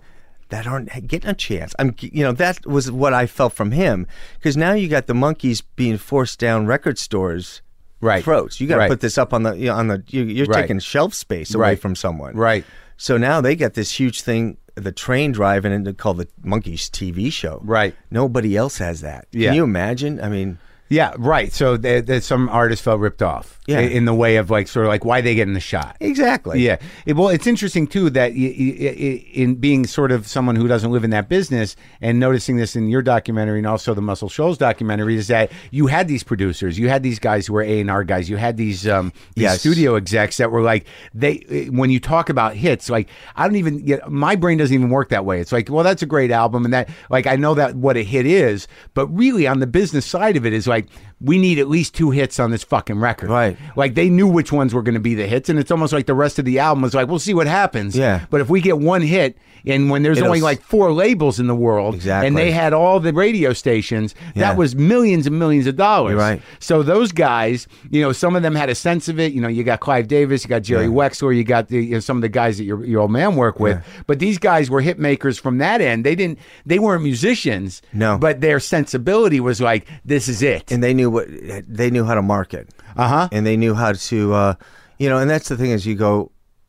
that aren't getting a chance. I'm, you know, that was what I felt from him because now you got the monkeys being forced down record stores.
Right.
throats. You got to
Right.
put this up on the you know, on the. You, you're
Right.
taking shelf space away
Right.
from someone.
Right.
So now they got this huge thing, the train driving and called the Monkeys TV show.
Right.
Nobody else has that.
Yeah.
Can you imagine? I mean,
Yeah, right. So there- there's some artists felt ripped off
Yeah.
in in the way of like sort of like why they getting the shot.
exactly.
Yeah. It- well, it's interesting too that y- y- y- in being sort of someone who doesn't live in that business and noticing this in your documentary and also the Muscle Shoals documentary is that you had these producers, you had these guys who were A and R guys, you had these um these
Yes.
studio execs that were like they eh, when you talk about hits, like I don't even get my brain doesn't even work that way. It's like, well, that's a great album and that like I know that what a hit is, but really on the business side of it is like we need at least two hits on this fucking record.
Right.
Like they knew which ones were going to be the hits, and it's almost like the rest of the album was like, "We'll see what happens."
Yeah.
But if we get one hit, and when there's
It'll
only
s-
like four labels in the world,
Exactly.
and they had all the radio stations,
Yeah.
that was millions and millions of dollars.
You're right.
So those guys, you know, some of them had a sense of it. You know, you got Clive Davis, you got Jerry Wexler, you got the, you know, some of the guys that your your old man worked with. But these guys were hit makers from that end. They didn't. They weren't musicians.
No.
But their sensibility was like, "This is it."
And they knew what they knew how to market. Uh
Uh-huh.
And they knew how to, uh, you know, and that's the thing is you go.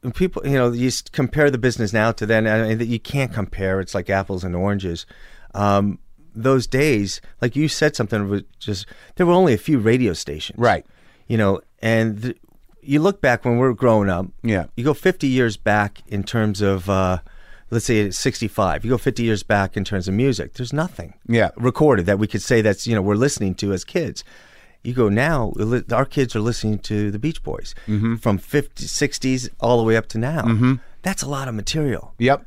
and People, you know, you s- compare the business now to then, and you can't compare. It's like apples and oranges. Um, those days, like you said, something was just there were only a few radio stations,
Right.
You know, and th- you look back when we're growing up.
Yeah.
You go 50 years back in terms of, uh, let's say, it's 65. You go 50 years back in terms of music. There's nothing.
Yeah.
Recorded that we could say that's you know we're listening to as kids. You go now. li- Our kids are listening to the Beach Boys
Mm-hmm.
from 50s, 60s all the way up to now. That's a lot of material.
yep.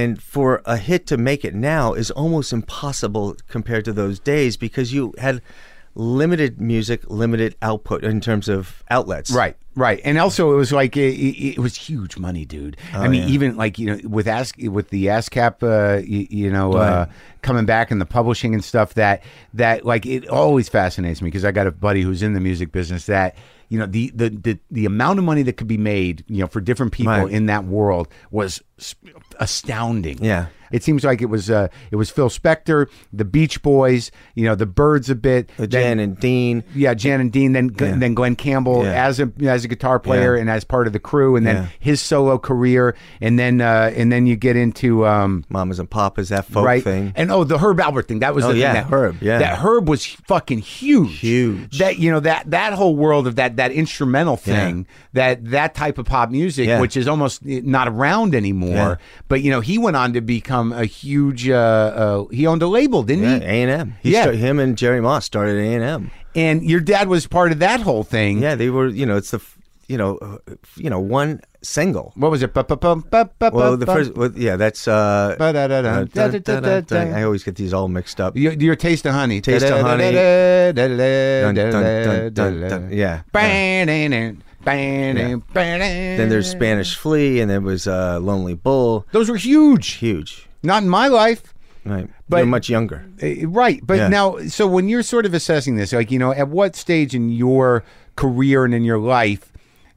And for a hit to make it now is almost impossible compared to those days because you had limited music, limited output in terms of outlets.
Right, right, and also it was like it, it, it was huge
Oh,
money, dude. I mean, even like you know, with ask with the ASCAP, uh, you, you know, uh, coming back in the publishing and stuff that that like it always fascinates me because I got a buddy who's in the music business that you know the the the, the amount of money that could be made you know for different people
Right.
in that world was s- astounding.
Yeah.
It seems like it was uh, it was Phil Spector, the Beach Boys, you know, the Birds a bit,
The
then-
Jan and Dean.
yeah, Jan and Dean, then Glenn, then Glenn Campbell
Yeah.
as a as a guitar player
Yeah.
and as part of the crew, and then
Yeah.
his solo career, and then uh, and then you get into um,
Mamas and Papas, that folk
right
thing.
and oh the Herb Albert thing that was
Oh,
the
yeah,
thing that,
Herb, yeah.
that Herb was fucking huge
Huge.
that you know that that whole world of that that instrumental
Yeah.
thing that that type of pop music
Yeah.
which is almost not around anymore
Yeah.
but you know he went on to become a huge uh, uh, he owned a label didn't
Yeah,
he
A&M. He
Yeah.
sta- him and Jerry Moss started A&M.
and your dad was part of that whole thing
Yeah, they were, you know, it's the, f- you know, uh, f- you know, one single.
What was it? Well,
Well, the first, well, yeah, that's, uh, uh, dun, dun, dun, dun. I always get these all mixed up.
Your, your taste of honey.
Taste of Honey.
Dun,
Dun, dun, dun, dun, dun. Yeah.
Then
Then there's Spanish Flea, and there was uh, Lonely Bull.
Those were huge.
Huge.
Not in my life.
Right.
But-
They're much younger.
Uh, Right. But
Yeah.
now, so when you're sort of assessing this, like, you know, at what stage in your career and in your life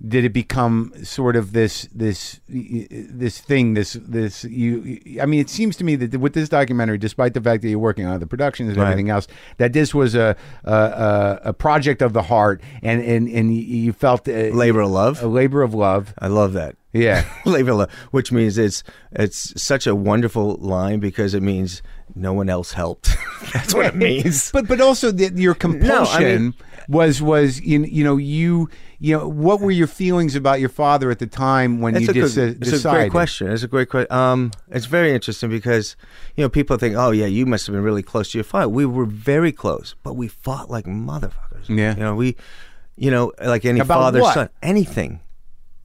did it become sort of this, this, y- y- this thing, this, this, you, y- I mean, it seems to me that with this documentary, despite the fact that you're working on other productions and
Right.
everything else, that this was a, a, a, a project of the heart and, and, and y- you felt a,
Labor of
a
Love.
labor of love.
I love that.
Yeah.
Labor of Love, which means it's it's such a wonderful line because it means no one else helped. That's what it means.
But but also that your compulsion was was you, you know you you know what were your feelings about your father at the time when
It's
you just
good,
decided?
It's a great question. It's a great question. Um, it's very interesting because you know people think, oh yeah, you must have been really close to your father. We were very close, but we fought like motherfuckers.
Yeah.
you know we, you know, like any
About
father
what?
son, anything.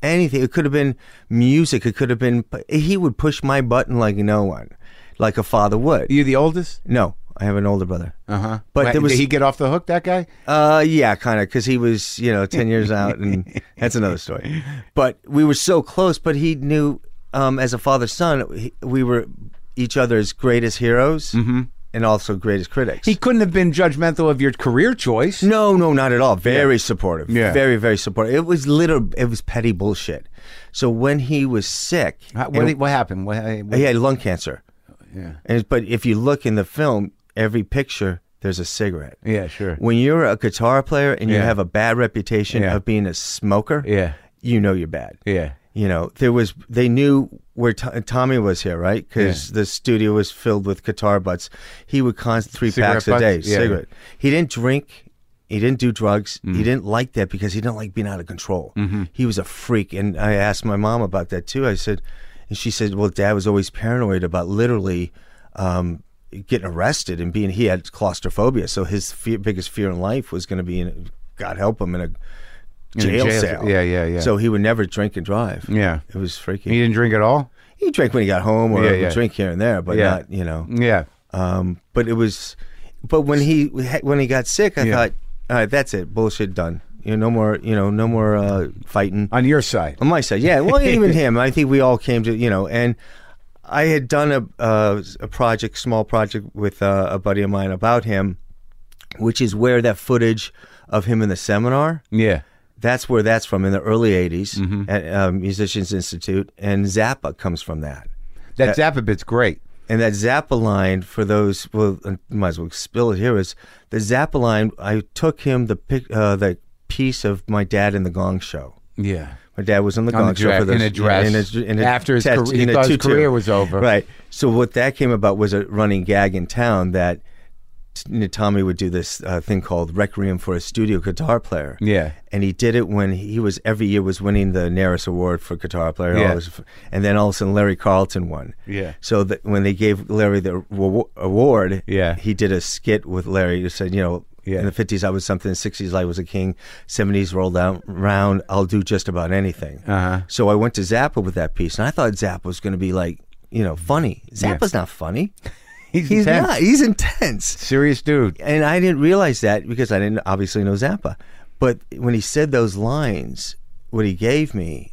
Anything. It could have been music. It could have been. He would push my button like no one, like a father would.
You're the oldest.
No, I have an older brother.
Uh huh.
But there was-
did he get off the hook? That guy.
Uh, yeah, kind of, because he was, you know, ten years out, and that's another story. But we were so close. But he knew, um, as a father son, he, we were each other's greatest heroes and also greatest critics.
Mm-hmm. He couldn't have been judgmental of your career choice.
no, no, not at all. Very supportive.
Yeah.
very, very supportive. It was little. It was petty bullshit. So when he was sick,
How-
and-
what, what happened? What, what-
he had lung cancer.
yeah.
And, but if you look in the film, every picture there's a cigarette.
Yeah, sure.
When you're a guitar player and you
Yeah.
have a bad reputation
Yeah.
of being a smoker,
Yeah.
you know you're bad.
Yeah.
You know, there was they knew where to- Tommy was here, right? Because the studio was filled with guitar butts. He would const three
Cigarette
packs
butts?
a day,
Yeah.
cigarette. He didn't drink. He didn't do drugs.
Mm-hmm.
He didn't like that because he didn't like being out of control. He was a freak, and I asked my mom about that too. I said, and she said, "Well, Dad was always paranoid about literally um, getting arrested and being. He had claustrophobia, so his fear, biggest fear in life was going to be in. God help him in a."
a
Jail,
jail
cell.
cell. Yeah, yeah, yeah.
So he would never drink and drive.
Yeah.
It was freaky.
He didn't drink at all.
He drank when he got home, or
Yeah,
would
yeah.
drink here and there, but
Yeah.
not you know.
Yeah.
Um, but it was, but when he when he got sick, I
Yeah.
thought, all right, that's it, bullshit done. You know, no more, you know, no more uh, fighting
On your side.
on my side. Yeah, well, even him. I think we all came to you know, and I had done a uh, a project, small project with uh, a buddy of mine about him, which is where that footage of him in the seminar
Yeah.
that's where that's from in the early 80s
Mm-hmm.
at uh, Musicians Institute, and Zappa comes from that.
That, Zappa bit's great.
And that Zappa line for those, well, I might as well spill it here is the Zappa line. I took him the pic, uh, the piece of my dad in the Gong Show.
Yeah.
My dad was on the
On
Gong
the
Show
dress-
for those,
in a dress.
in a- in a
After his
tat-
career- he
in a
thought his
tutu.
career was over.
Right. So what that came about was a running gag in town that you know, Tommy would do this uh, thing called Requiem for a Studio Guitar Player.
Yeah.
And he did it when he was every year was winning the Naris Award for guitar player. and all
Yeah.
this- And then all of a sudden Larry Carlton won.
Yeah.
So that when they gave Larry the wa- award,
Yeah.
he did a skit with Larry who said, you know,
Yeah.
in the 50s I was something, 60s I was a king, 70s rolled out round, I'll do just about anything.
Uh-huh.
So I went to Zappa with that piece, and I thought Zappa was going to be like, you know, funny. Zappa's not funny.
He's,
He's
intense.
not. He's intense.
Serious dude.
And I didn't realize that because I didn't obviously know Zappa. But when he said those lines, what he gave me,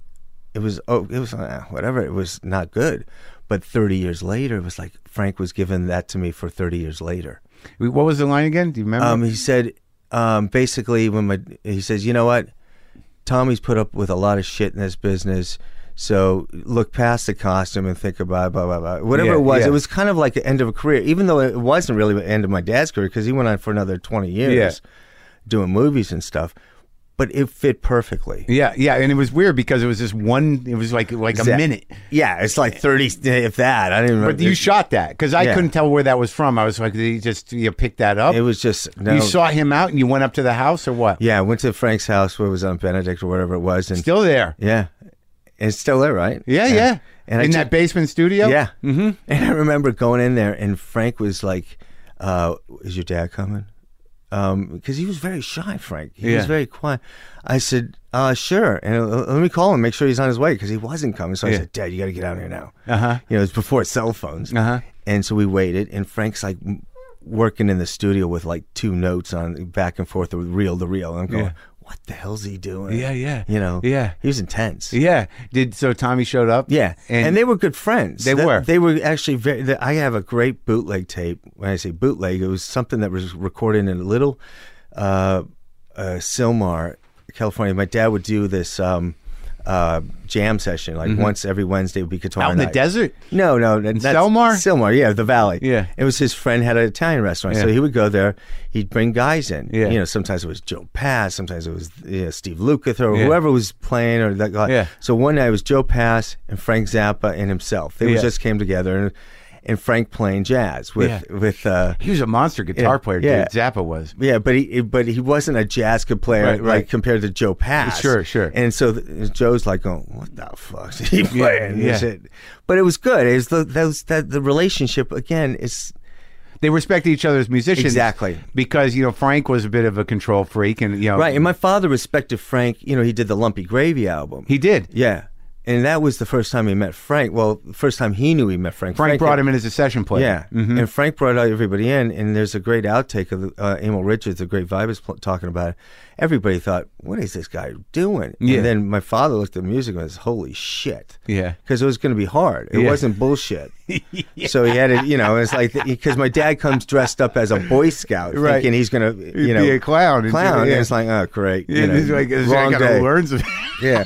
it was oh, it was uh, whatever. It was not good. But 30 years later, it was like Frank was giving that to me for 30 years later.
What was the line again? Do you remember?
Um, he said, um, basically, when my he says, you know what, Tommy's put up with a lot of shit in this business, so look past the costume and think about blah blah blah. Whatever
Yeah,
it was,
yeah.
it was kind of like the end of a career, even though it wasn't really the end of my dad's career because he went on for another twenty years doing movies and stuff. But it fit perfectly.
yeah, yeah, and it was weird because it was just one. It was like like a
Zap.
minute.
Yeah, it's like thirty, if that. I didn't.
But you shot that because I
Yeah.
couldn't tell where that was from. I was like, did he just you picked that up?
it was just no.
you saw him out and you went up to the house or what?
yeah, I went to Frank's house where it was on Benedict or whatever it was, and
Still there?
yeah, it's still there, right?
Yeah,
And-
yeah.
And I
in
ju-
that basement studio?
Yeah. Mm-hmm. And I remember going in there, and Frank was like, uh, "Is your dad coming?" Because he was very shy, Frank. He was
Yeah.
very quiet. I said, uh, "Sure," and uh, let me call him, make sure he's on his way, because he wasn't coming. So I
Yeah.
said, "Dad, you got to get out here now."
Uh-huh.
You know, it's before cell phones.
Uh-huh.
And so we waited, and Frank's like m- working in the studio with like two notes on back and forth, reel to reel. And I'm going,
Yeah.
"What the hell's he doing?"
Yeah, yeah.
You know,
Yeah.
He was intense.
Yeah. Did so Tommy showed up?
Yeah, and,
And,
they were good friends.
They
That-
were.
They were actually very. The, I have a great bootleg tape. When I say bootleg, it was something that was recorded in a little uh, uh, Silmar, California. My dad would do this um, uh, jam session like once every Wednesday. Would be guitar
Mm-hmm. out in the
night.
desert?
No, no, that's
Selmar?
Silmar, yeah, the Valley.
Yeah.
it was his friend had an Italian restaurant, so
Yeah.
he would go there. He'd bring guys in.
Yeah.
you know, sometimes it was Joe Pass, sometimes it was you know, Steve Lukather or
Yeah.
whoever was playing or that guy.
Yeah.
So one night it was Joe Pass and Frank Zappa and himself. They
Yeah.
just came together and, and Frank playing jazz with
Yeah.
with uh,
He was a monster guitar
Yeah,
player,
yeah.
dude. Zappa was.
yeah, but he but he wasn't a jazz good player
Right,
like
right.
compared to Joe Pass.
Sure, sure.
And so th- Joe's like, going, what the fuck is he playing?
yeah.
Is it? But it was good. It was the those that the relationship again is
They respected each other as musicians.
Exactly.
Because, you know, Frank was a bit of a control freak and you know
right. And my father respected Frank. You know, he did the Lumpy Gravy album.
he did.
yeah. And that was the first time he met Frank. Well, the first time he knew he met Frank.
Frank brought him in as a session player.
Yeah,
mm-hmm.
and Frank brought everybody in, and there's a great outtake of uh, Emil Richards, the great vibes pl- talking about it. Everybody thought, "What is this guy doing?"
Yeah.
And then my father looked at the music and was, "Holy shit!"
Yeah.
because it was going to be hard. It
Yeah.
wasn't bullshit. So he had it, you know. It's like because my dad comes dressed up as a Boy Scout,
Right.
thinking he's going to, you know,
be a clown and-
Clown.
yeah.
And it's like, oh, great.
Yeah,
you know,
this is like, this is- I
wrong
gotta
day. Uh-huh.
learn some-
Yeah.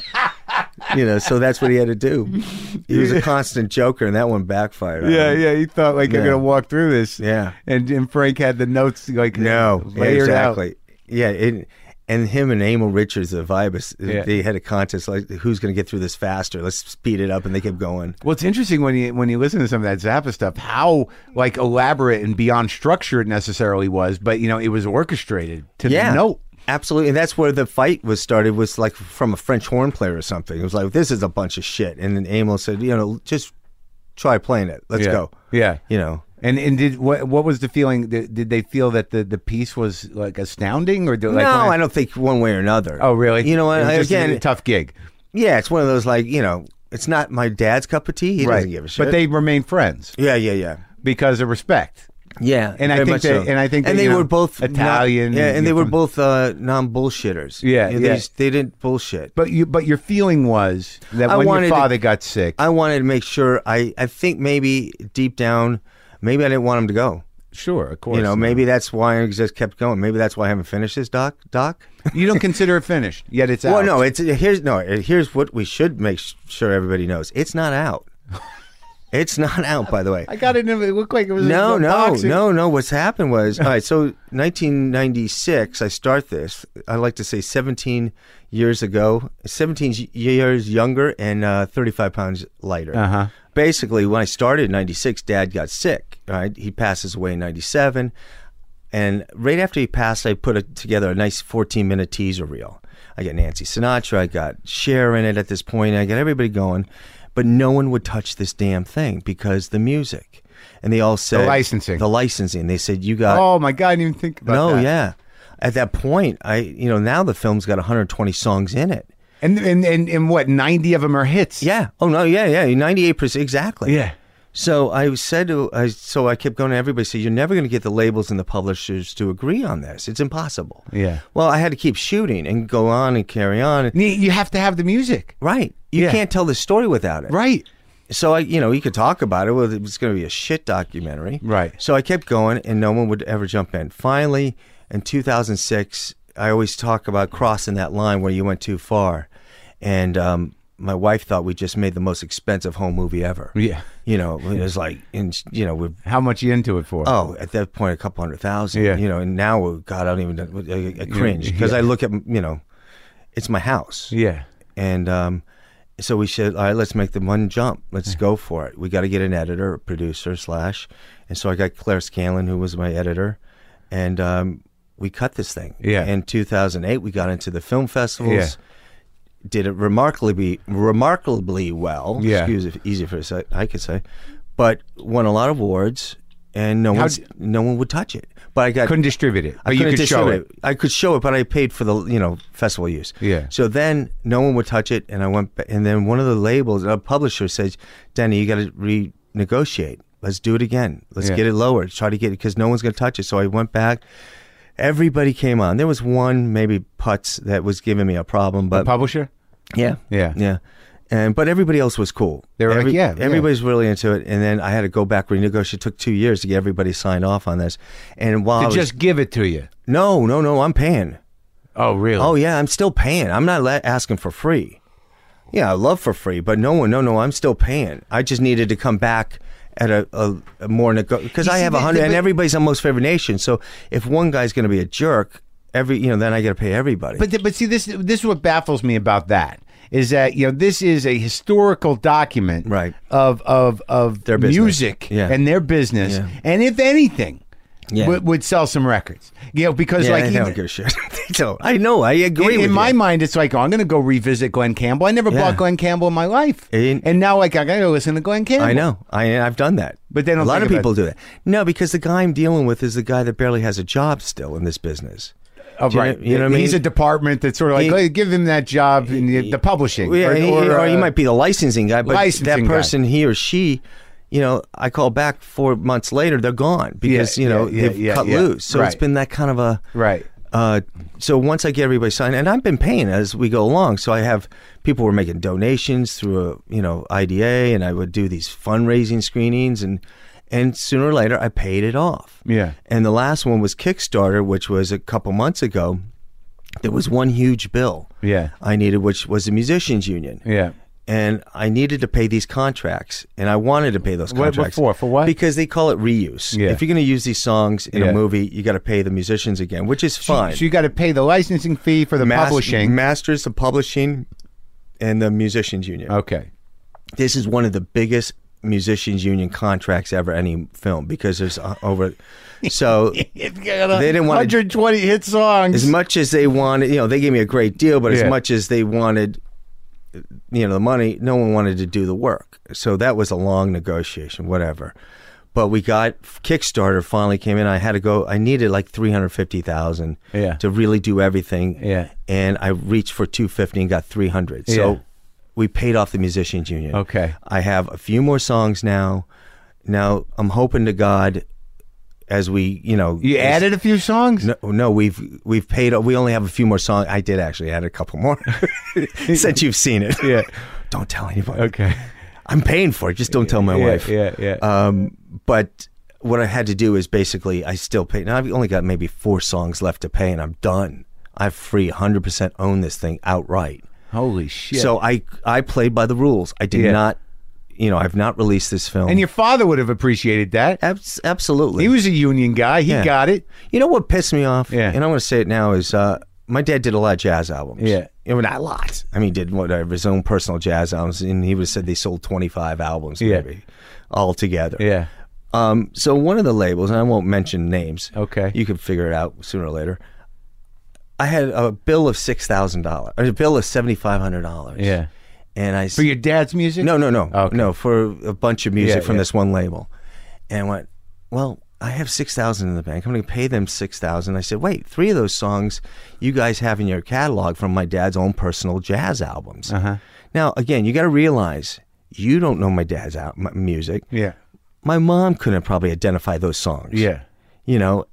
You know, so that's what he had to do. He was a constant joker, and that one backfired. on
Yeah,
him.
yeah. He thought like I'm
Yeah.
gonna walk through this.
Yeah.
And and Frank had the notes like
No,
layered
exactly. Yeah, it, and him and Emil Richards, the Vibus,
Yeah.
they had a contest like who's going to get through this faster. Let's speed it up, and they kept going.
Out. Well, it's interesting when you when you listen to some of that Zappa stuff, how like elaborate and beyond structure it necessarily was, but you know it was orchestrated to the note.
absolutely. And that's where the fight was started. Was like from a French horn player or something. It was like this is a bunch of shit. And then Emil said, you know, just try playing it. Let's
yeah.
go.
Yeah.
You know,
And and did what what was the feeling? Did, did they feel that the the piece was like astounding or did, like
no,
when-
I don't think one way or another.
oh really?
You know what?
It was just
Again,
a tough gig,
yeah, it's one of those like you know, it's not my dad's cup of tea. He doesn't give a shit.
But they remain friends
yeah, yeah, yeah.
because of respect.
Yeah,
And I
very
think
much
they- and I think that,
and they
you know,
were both not-
Italian,
yeah,
you
and they were
from-
both uh, non bullshitters.
Yeah,
they,
yeah.
just- they didn't bullshit.
But you but your feeling was that
I
when
wanted
your
to-
father got sick,
I wanted to make sure. I I think maybe deep down, maybe I didn't want him to go.
sure, of course,
You know, maybe that's why I just kept going. Maybe that's why I haven't finished this doc. Doc.
You don't consider it finished, yet it's out.
Well, no, it's here's no here's what we should make s- sure everybody knows. It's not out. it's not out. By the way,
I got it. in- It looked like it was
no,
a
no,
box.
no, no. What's happened was all right. So 1996, I start this. I like to say 17 years ago, 17 years younger and uh, 35 pounds lighter.
Uh-huh.
Basically, when I started in 96, Dad got sick. All right, he passes away in 97, and right after he passed, I put a, together a nice 14 minute teaser reel. I got Nancy Sinatra, I got Cher in it at this point, I got everybody going, but no one would touch this damn thing because the music. And they all said
licensing.
The licensing. They said you got
Oh my god! I didn't even think about
no,
that.
yeah. At that point, I you know now the film's got 120 songs in it.
And and and, and what? Ninety of them are hits.
Yeah. Oh no. Yeah. Yeah. 98 percent exactly.
Yeah.
So I said to I so I kept going to everybody. Say you're never going to get the labels and the publishers to agree on this. It's impossible.
Yeah.
Well, I had to keep shooting and go on and carry on.
You- You have to have the music,
Right. You
Yeah.
can't tell the story without it.
right?
So I, you know, you could talk about it. Well, it was going to be a shit documentary,
Right.
So I kept going, and no one would ever jump in. Finally, in 2006, I always talk about crossing that line where you went too far, and um, my wife thought we just made the most expensive home movie ever.
Yeah.
you know, it was like, and you know, we
How much you into it for?
Oh, at that point, a couple hundred thousand.
Yeah.
You know, and now, oh, God, I don't even, I, I cringe because I look at, you know, it's my house.
yeah.
And um, so we said, all right, let's make the one jump. Let's go for it. We got to get an editor, a producer, slash. And so I got Claire Scanlon, who was my editor, and um, we cut this thing.
Yeah.
In 2008, we got into the film festivals.
Yeah.
Did it remarkably, remarkably well.
Yeah.
Excuse if easy for a sec- I could say, but won a lot of awards, and no one,
d-
no one would touch it. But I got
Couldn't distribute it, but
I
you
couldn't
could show
distribute
it.
I could show it, but I paid for the you know festival use.
Yeah.
So then no one would touch it, and I went. ba- And then one of the labels, a publisher, says, "Danny, you got to renegotiate. Let's do it again. Let's
Yeah.
get it lower. Try to get it because no one's going to touch it." So I went back. Everybody came on. There was one maybe putz that was giving me a problem, but
Publisher?
yeah,
Yeah.
yeah. And but everybody else was cool.
They were like, "Yeah, yeah."
everybody's really into it. And then I had to go back renegotiate. It took two years to get everybody signed off on this. And while I
To
was-
just give it to you.
no, no, no, I'm paying.
Oh, really?
Oh yeah, I'm still paying. I'm not la- asking for free. Yeah, I love for free, but no one, no, no, I'm still paying. I just needed to come back at a, a, a more because
You
I
see,
have a
the-
hundred,
the-
and everybody's on most favorite nation. So if one guy's going to be a jerk, every you know, then I got to pay everybody.
But th- but see this this is what baffles me about that is that you know this is a historical document
Right.
of of of
Their business.
music
Yeah.
and their business
Yeah.
and if anything
Yeah.
would- would sell some records you know because
yeah,
like
they
in-
don't give a shit. they don't. I know. I agree
in,
with
in my
you.
mind it's like oh, I'm gonna go revisit Glenn Campbell I never
Yeah.
bought Glenn Campbell in my life
In-
and now like I gotta go listen to Glenn Campbell
I know. I I've done that.
But they don't
a lot
think
of
about
people
it.
do that. No, because the guy I'm dealing with is the guy that barely has a job still in this business.
oh,
Do you
right
know- you know what I
he's
mean?
a department that's sort of like
He-
"Hey, give him that job in the, the publishing
Yeah, he- he- or, he
uh,
might be the licensing guy, but
licensing guy.
that person, he or she, you know, I call back four months later, they're gone because
Yeah,
you know
yeah, yeah,
they've
yeah,
cut
yeah.
loose. So it's
Right.
been that kind of a
Right.
Uh, so once I get everybody signed, and I've been paying as we go along. So I have people were making donations through a you know IDA, and I would do these fundraising screenings, and and sooner or later I paid it off.
Yeah.
And the last one was Kickstarter, which was a couple months ago. There was one huge bill.
Yeah.
I needed, which was the musicians union.
Yeah.
And I needed to pay these contracts, and I wanted to pay those
What- what
contracts.
for? For what?
Because they call it reuse.
Yeah.
If you're going to use these songs in
Yeah.
a movie, you got to pay the musicians again, which is fine.
so you got to pay the licensing fee for the
Mas-
publishing
masters, the publishing, and the musicians union.
okay
Uh, This is one of the biggest musicians union contracts ever any film because there's uh, over. So
they
They didn't wanna-
120 hit songs.
as much as they wanted, you know, they gave me a great deal, but
Yeah.
as much as they wanted, you know, the money, no one wanted to do the work. So that was a long negotiation, whatever. But we got Kickstarter finally came in. I had to go. I needed like three hundred fifty thousand
Yeah.
to really do everything.
Yeah.
and I reached for two fifty and got three hundred. So
Yeah.
we paid off the musicians union.
Okay.
I have a few more songs now. Now I'm hoping to God, as we you know
you
as-
added a few songs.
no, no, we've we've paid. We only have a few more songs. I did actually add a couple more since you've seen it.
Yeah.
don't tell anybody.
Okay.
I'm paying for it. Just don't tell my
yeah,
wife.
Yeah. Yeah. Uh,
Um, but what I had to do is basically I still pay. Now I've only got maybe four songs left to pay, and I'm done. I free 100 percent own this thing outright.
Holy shit.
So I I played by the rules. I did
Yeah.
not, you know, I've not released this film.
and your father would have appreciated that.
Abs- absolutely.
He was a union guy. He
Yeah.
got it.
You know what pissed me off?
Yeah.
And I'm going to say it now is uh, my dad did a lot of jazz albums.
Yeah.
I mean, not a lot. I mean, he did whatever, his own personal jazz albums. And he would have said they sold 25 albums,
Yeah.
maybe, all together.
Yeah.
Um, so one of the labels, and I won't mention names.
Okay.
You can figure it out sooner or later. I had a bill of $6,000, or a bill of $7,500.
Yeah.
And I
For your dad's music?
no, no, no.
Oh, Okay.
No, for a bunch of
Yeah,
music from
yeah.
this one label. And I went, well, I have 6000 in the bank. I'm going to pay them 6000 I said, wait, three of those songs you guys have in your catalog from my dad's own personal jazz albums. Uh-huh. Now, again, you got to realize you don't know my dad's out- my music.
Yeah.
My mom couldn't probably identify those songs.
Yeah.
You know,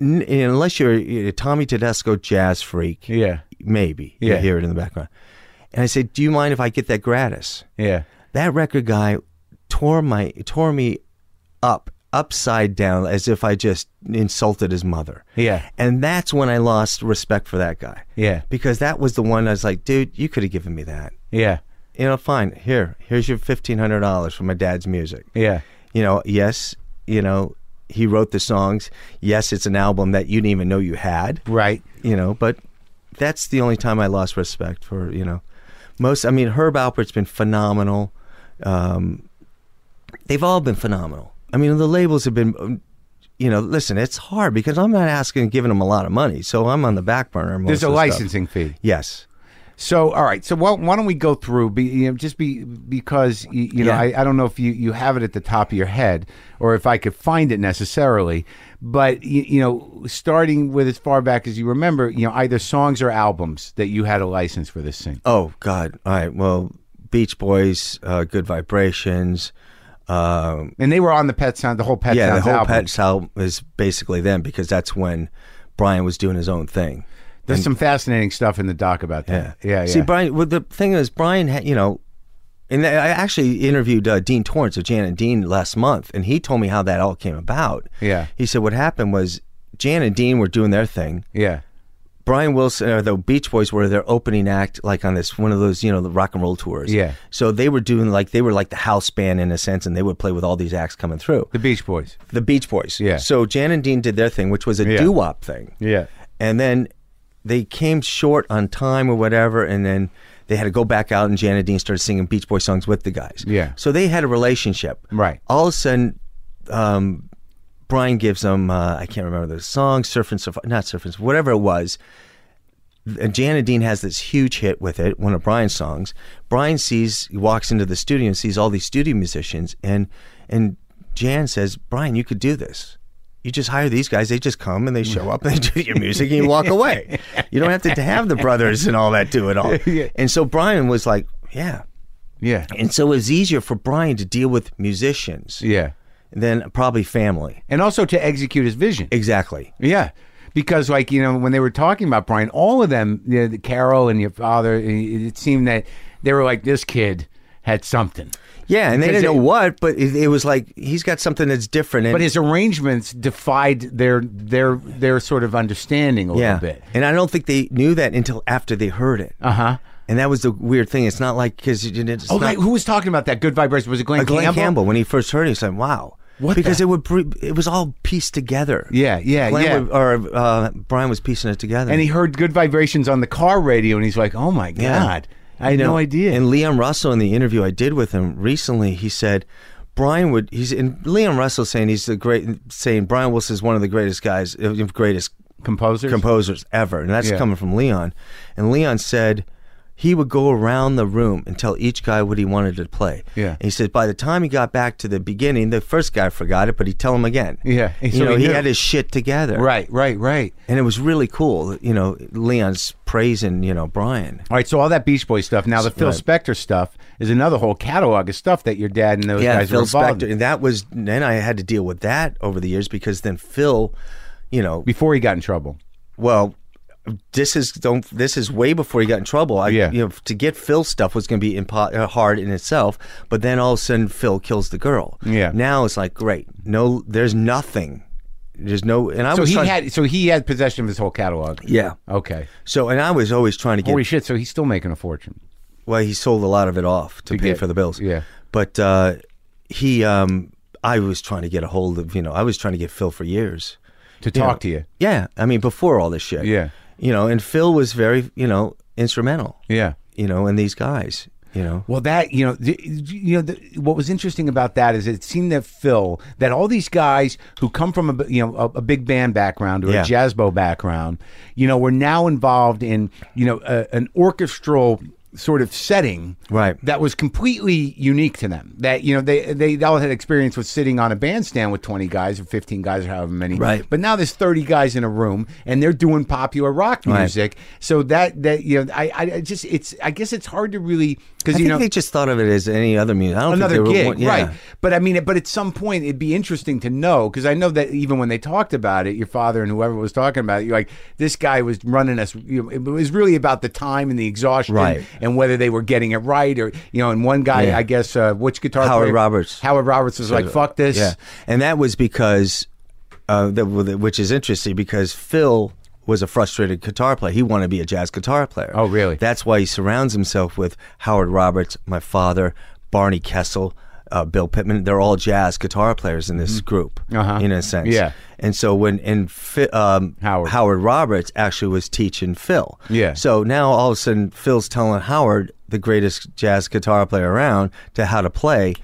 n- unless you're a Tommy Tedesco jazz freak,
Yeah.
maybe
Yeah.
you hear it in the background. And I said, do you mind if I get that gratis?
Yeah.
That record guy tore my tore me up upside down as if I just insulted his mother.
Yeah.
And that's when I lost respect for that guy.
Yeah.
Because that was the one I was like, dude, you could have given me that.
Yeah.
You know, fine. Here, here's your fifteen hundred dollars for my dad's music.
Yeah.
You know, yes, you know, he wrote the songs. Yes, it's an album that you didn't even know you had.
Right.
You know, but that's the only time I lost respect for, you know, most I mean Herb Alpert's been phenomenal. Um, they've all been phenomenal. I mean, the labels have been um, you know, listen, it's hard because I'm not asking giving them a lot of money. So I'm on the back burner. most
There's a
of the stuff.
licensing fee.
Yes.
So, all right. So, why, why don't we go through? Be, you know, just be because you, you know,
Yeah.
I, I don't know if you, you have it at the top of your head or if I could find it necessarily. But you, you know, starting with as far back as you remember, you know, either songs or albums that you had a license for this thing.
Oh God! All right. Well, Beach Boys, uh, Good Vibrations. Um,
And they were on the Pet Sound, the whole Pet
yeah, the
Sounds
whole
album.
Pet Sound is basically them because that's when Brian was doing his own thing.
There's some fascinating stuff in the doc about that. Yeah, yeah.
See, Brian. Well, the thing is, Brian. Had, you know, and I actually interviewed uh, Dean Torrance of Jan and Dean last month, and he told me how that all came about.
Yeah.
He said what happened was Jan and Dean were doing their thing.
yeah,
Brian Wilson or the Beach Boys were their opening act, like on this one of those, you know, the rock and roll tours.
Yeah.
So they were doing like they were like the house band in a sense, and they would play with all these acts coming through.
the Beach Boys.
The Beach Boys.
Yeah.
So Jan and Dean did their thing, which was a
Yeah.
doo wop thing.
Yeah,
And then they came short on time or whatever, and then they had to go back out, and Jan and Dean started singing Beach Boy songs with the guys.
Yeah.
So they had a relationship.
Right.
All of a sudden, um, Brian gives them, uh, I can't remember the song, Surf and Surf, not Surf and Surf, whatever it was. And Jan and Dean has this huge hit with it, one of Brian's songs. Brian sees, he walks into the studio and sees all these studio musicians, and and Jan says, "Brian, you could do this. You just hire these guys; they just come and they show up and they do your music, and you walk away. You don't have to, to have the brothers and all that do it all." And so Brian was like, "Yeah."
yeah,
And so it was easier for Brian to deal with musicians
yeah.
than probably family.
And also to execute his vision.
Exactly.
Yeah. Because, like, you know, when they were talking about Brian, all of them, you know, the Carol and your father, it it seemed that they were like, this kid had something.
Yeah, and they
Because
didn't know
it-
what, but it, it was like he's got something that's different. And
But his arrangements defied their their their sort of understanding a
yeah.
little bit.
And I don't think they knew that until after they heard it.
Uh huh.
And that was the weird thing. It's not like because it's
Oh,
not,
like, who was talking about that good vibration? Was it Glenn,
like Glenn Campbell?
Campbell?
when he first heard it, he's like, "Wow."
What
because
the-
it would br- it was all pieced together.
Yeah, yeah,
Glenn
yeah.
would- or uh, Brian was piecing it together.
And he heard good vibrations on the car radio, and he's like, oh my
Yeah.
God. I had
You
no
know,
idea.
And Leon Russell, in the interview I did with him recently, he said Brian would. He's and Leon Russell saying he's the great, saying Brian Wilson is one of the greatest guys, uh, greatest
Composers?
composers ever, and that's
Yeah.
coming from Leon. And Leon said he would go around the room and tell each guy what he wanted to play.
Yeah.
And he said by the time he got back to the beginning, the first guy forgot it, but he'd tell him again.
Yeah.
You
So
know,
he
he
knew.
had his shit together.
right, right, right.
And it was really cool. You know, Leon's praising you know Brian.
All right, so all that Beach Boy stuff. Now the Phil Spector stuff is another whole catalog of stuff that your dad and those
yeah,
guys
Phil
were involved
Spector,
in
and that was then I had to deal with that over the years because then Phil, you know,
before he got in trouble.
well, this is don't this is way before he got in trouble. I,
Yeah.
you know, to get Phil stuff was going to be impo- uh, hard in itself, but then all of a sudden Phil kills the girl.
Yeah.
now it's like great, no, there's nothing, there's no, and I
So
was
he
trying-
had so he had possession of his whole catalog.
yeah,
Okay.
so and I was always trying to get
Holy shit! So he's still making a fortune.
Well, he sold a lot of it off to, pay
get-
for the bills.
yeah.
But uh, he, um, I was trying to get a hold of, you know, I was trying to get Phil for years.
To
know,
talk to you.
Yeah. I mean, before all this shit.
Yeah.
You know, and Phil was very, you know, instrumental,
Yeah.
you know, in these guys, you know.
Well, that you know, the, you know, the, what was interesting about that is it seemed that Phil, that all these guys who come from a b- you know a, a big band background or
Yeah.
a jazzbo background, you know, were now involved in you know a, an orchestral sort of setting,
Right.
That was completely unique to them. That you know they they all had experience with sitting on a bandstand with twenty guys or fifteen guys or however many,
Right.
But now there's thirty guys in a room and they're doing popular rock music
Right.
music. So that that you know, I I I just it's I guess it's hard to really
I
because
think
you know
they just thought of it as any other music. I don't
another
think they
gig,
were, one- yeah.
right? But I mean, but at some point, it'd be interesting to know because I know that even when they talked about it, your father and whoever was talking about it, you're like, this guy was running us. You know, it was really about the time and the exhaustion,
Right.
And whether they were getting it right or you know. And one guy,
Yeah.
I guess, uh, which guitar
Howard
player-
Roberts.
Howard Roberts was like, fuck this.
Yeah, and that was because, uh, that, which is interesting because Phil was a frustrated guitar player. He wanted to be a jazz guitar player.
Oh, really?
That's why he surrounds himself with Howard Roberts, my father, Barney Kessel. Uh, Bill Pittman, they're all jazz guitar players in this group,
Uh-huh.
in a sense.
Yeah.
And so when and Fi- um,
Howard.
Howard Roberts actually was teaching Phil.
Yeah.
So now all of a sudden Phil's telling Howard, the greatest jazz guitar player around, to how to play.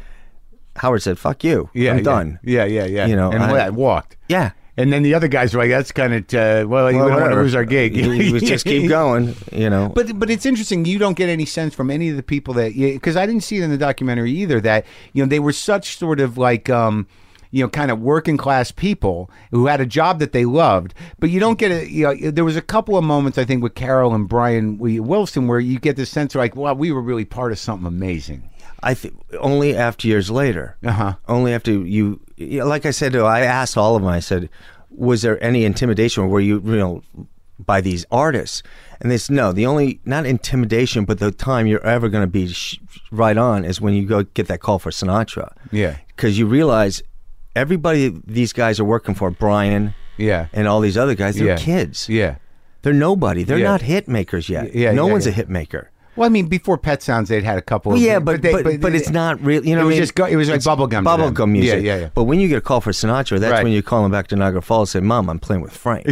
Howard said, "Fuck you.
yeah,
I'm
yeah.
done."
Yeah, yeah, yeah.
You know,
and
I-
I, walked.
Yeah.
And then the other guys were like, that's kind of uh, well, we don't want to
whatever.
lose our gig.
You- you just keep going. You know.
But but it's interesting. You don't get any sense from any of the people that because I didn't see it in the documentary either. That you know they were such sort of like. Um, you know, kind of working class people who had a job that they loved, but you don't get a. You know, there was a couple of moments I think with Carol and Brian Wi- Wilson where you get this sense of like, wow, we were really part of something amazing.
I th- only after years later.
Uh-huh.
Only after you, yeah, like I said, I asked all of them. I said, "Was there any intimidation? Or were you, you know, by these artists?" And they said, "No. The only not intimidation, but the time you're ever going to be sh- right on is when you go get that call for Sinatra.
Yeah.
because you realize everybody these guys are working for, Brian,
Yeah.
and all these other guys, they're
Yeah.
kids.
Yeah.
They're nobody. They're
Yeah.
not hit makers yet.
Yeah,
no
yeah,
one's a
yeah.
hit maker."
Well, I mean, before Pet Sounds, they'd had a couple. of
yeah, but
they-
but, but, it's not real. You know,
it
what
was
I mean?
just go- it was like
It's
bubblegum to them.
bubblegum music.
Yeah, yeah, yeah.
But when you get a call for Sinatra, that's
Right.
when you call him back to Niagara Falls and say, "Mom, I'm playing with Frank."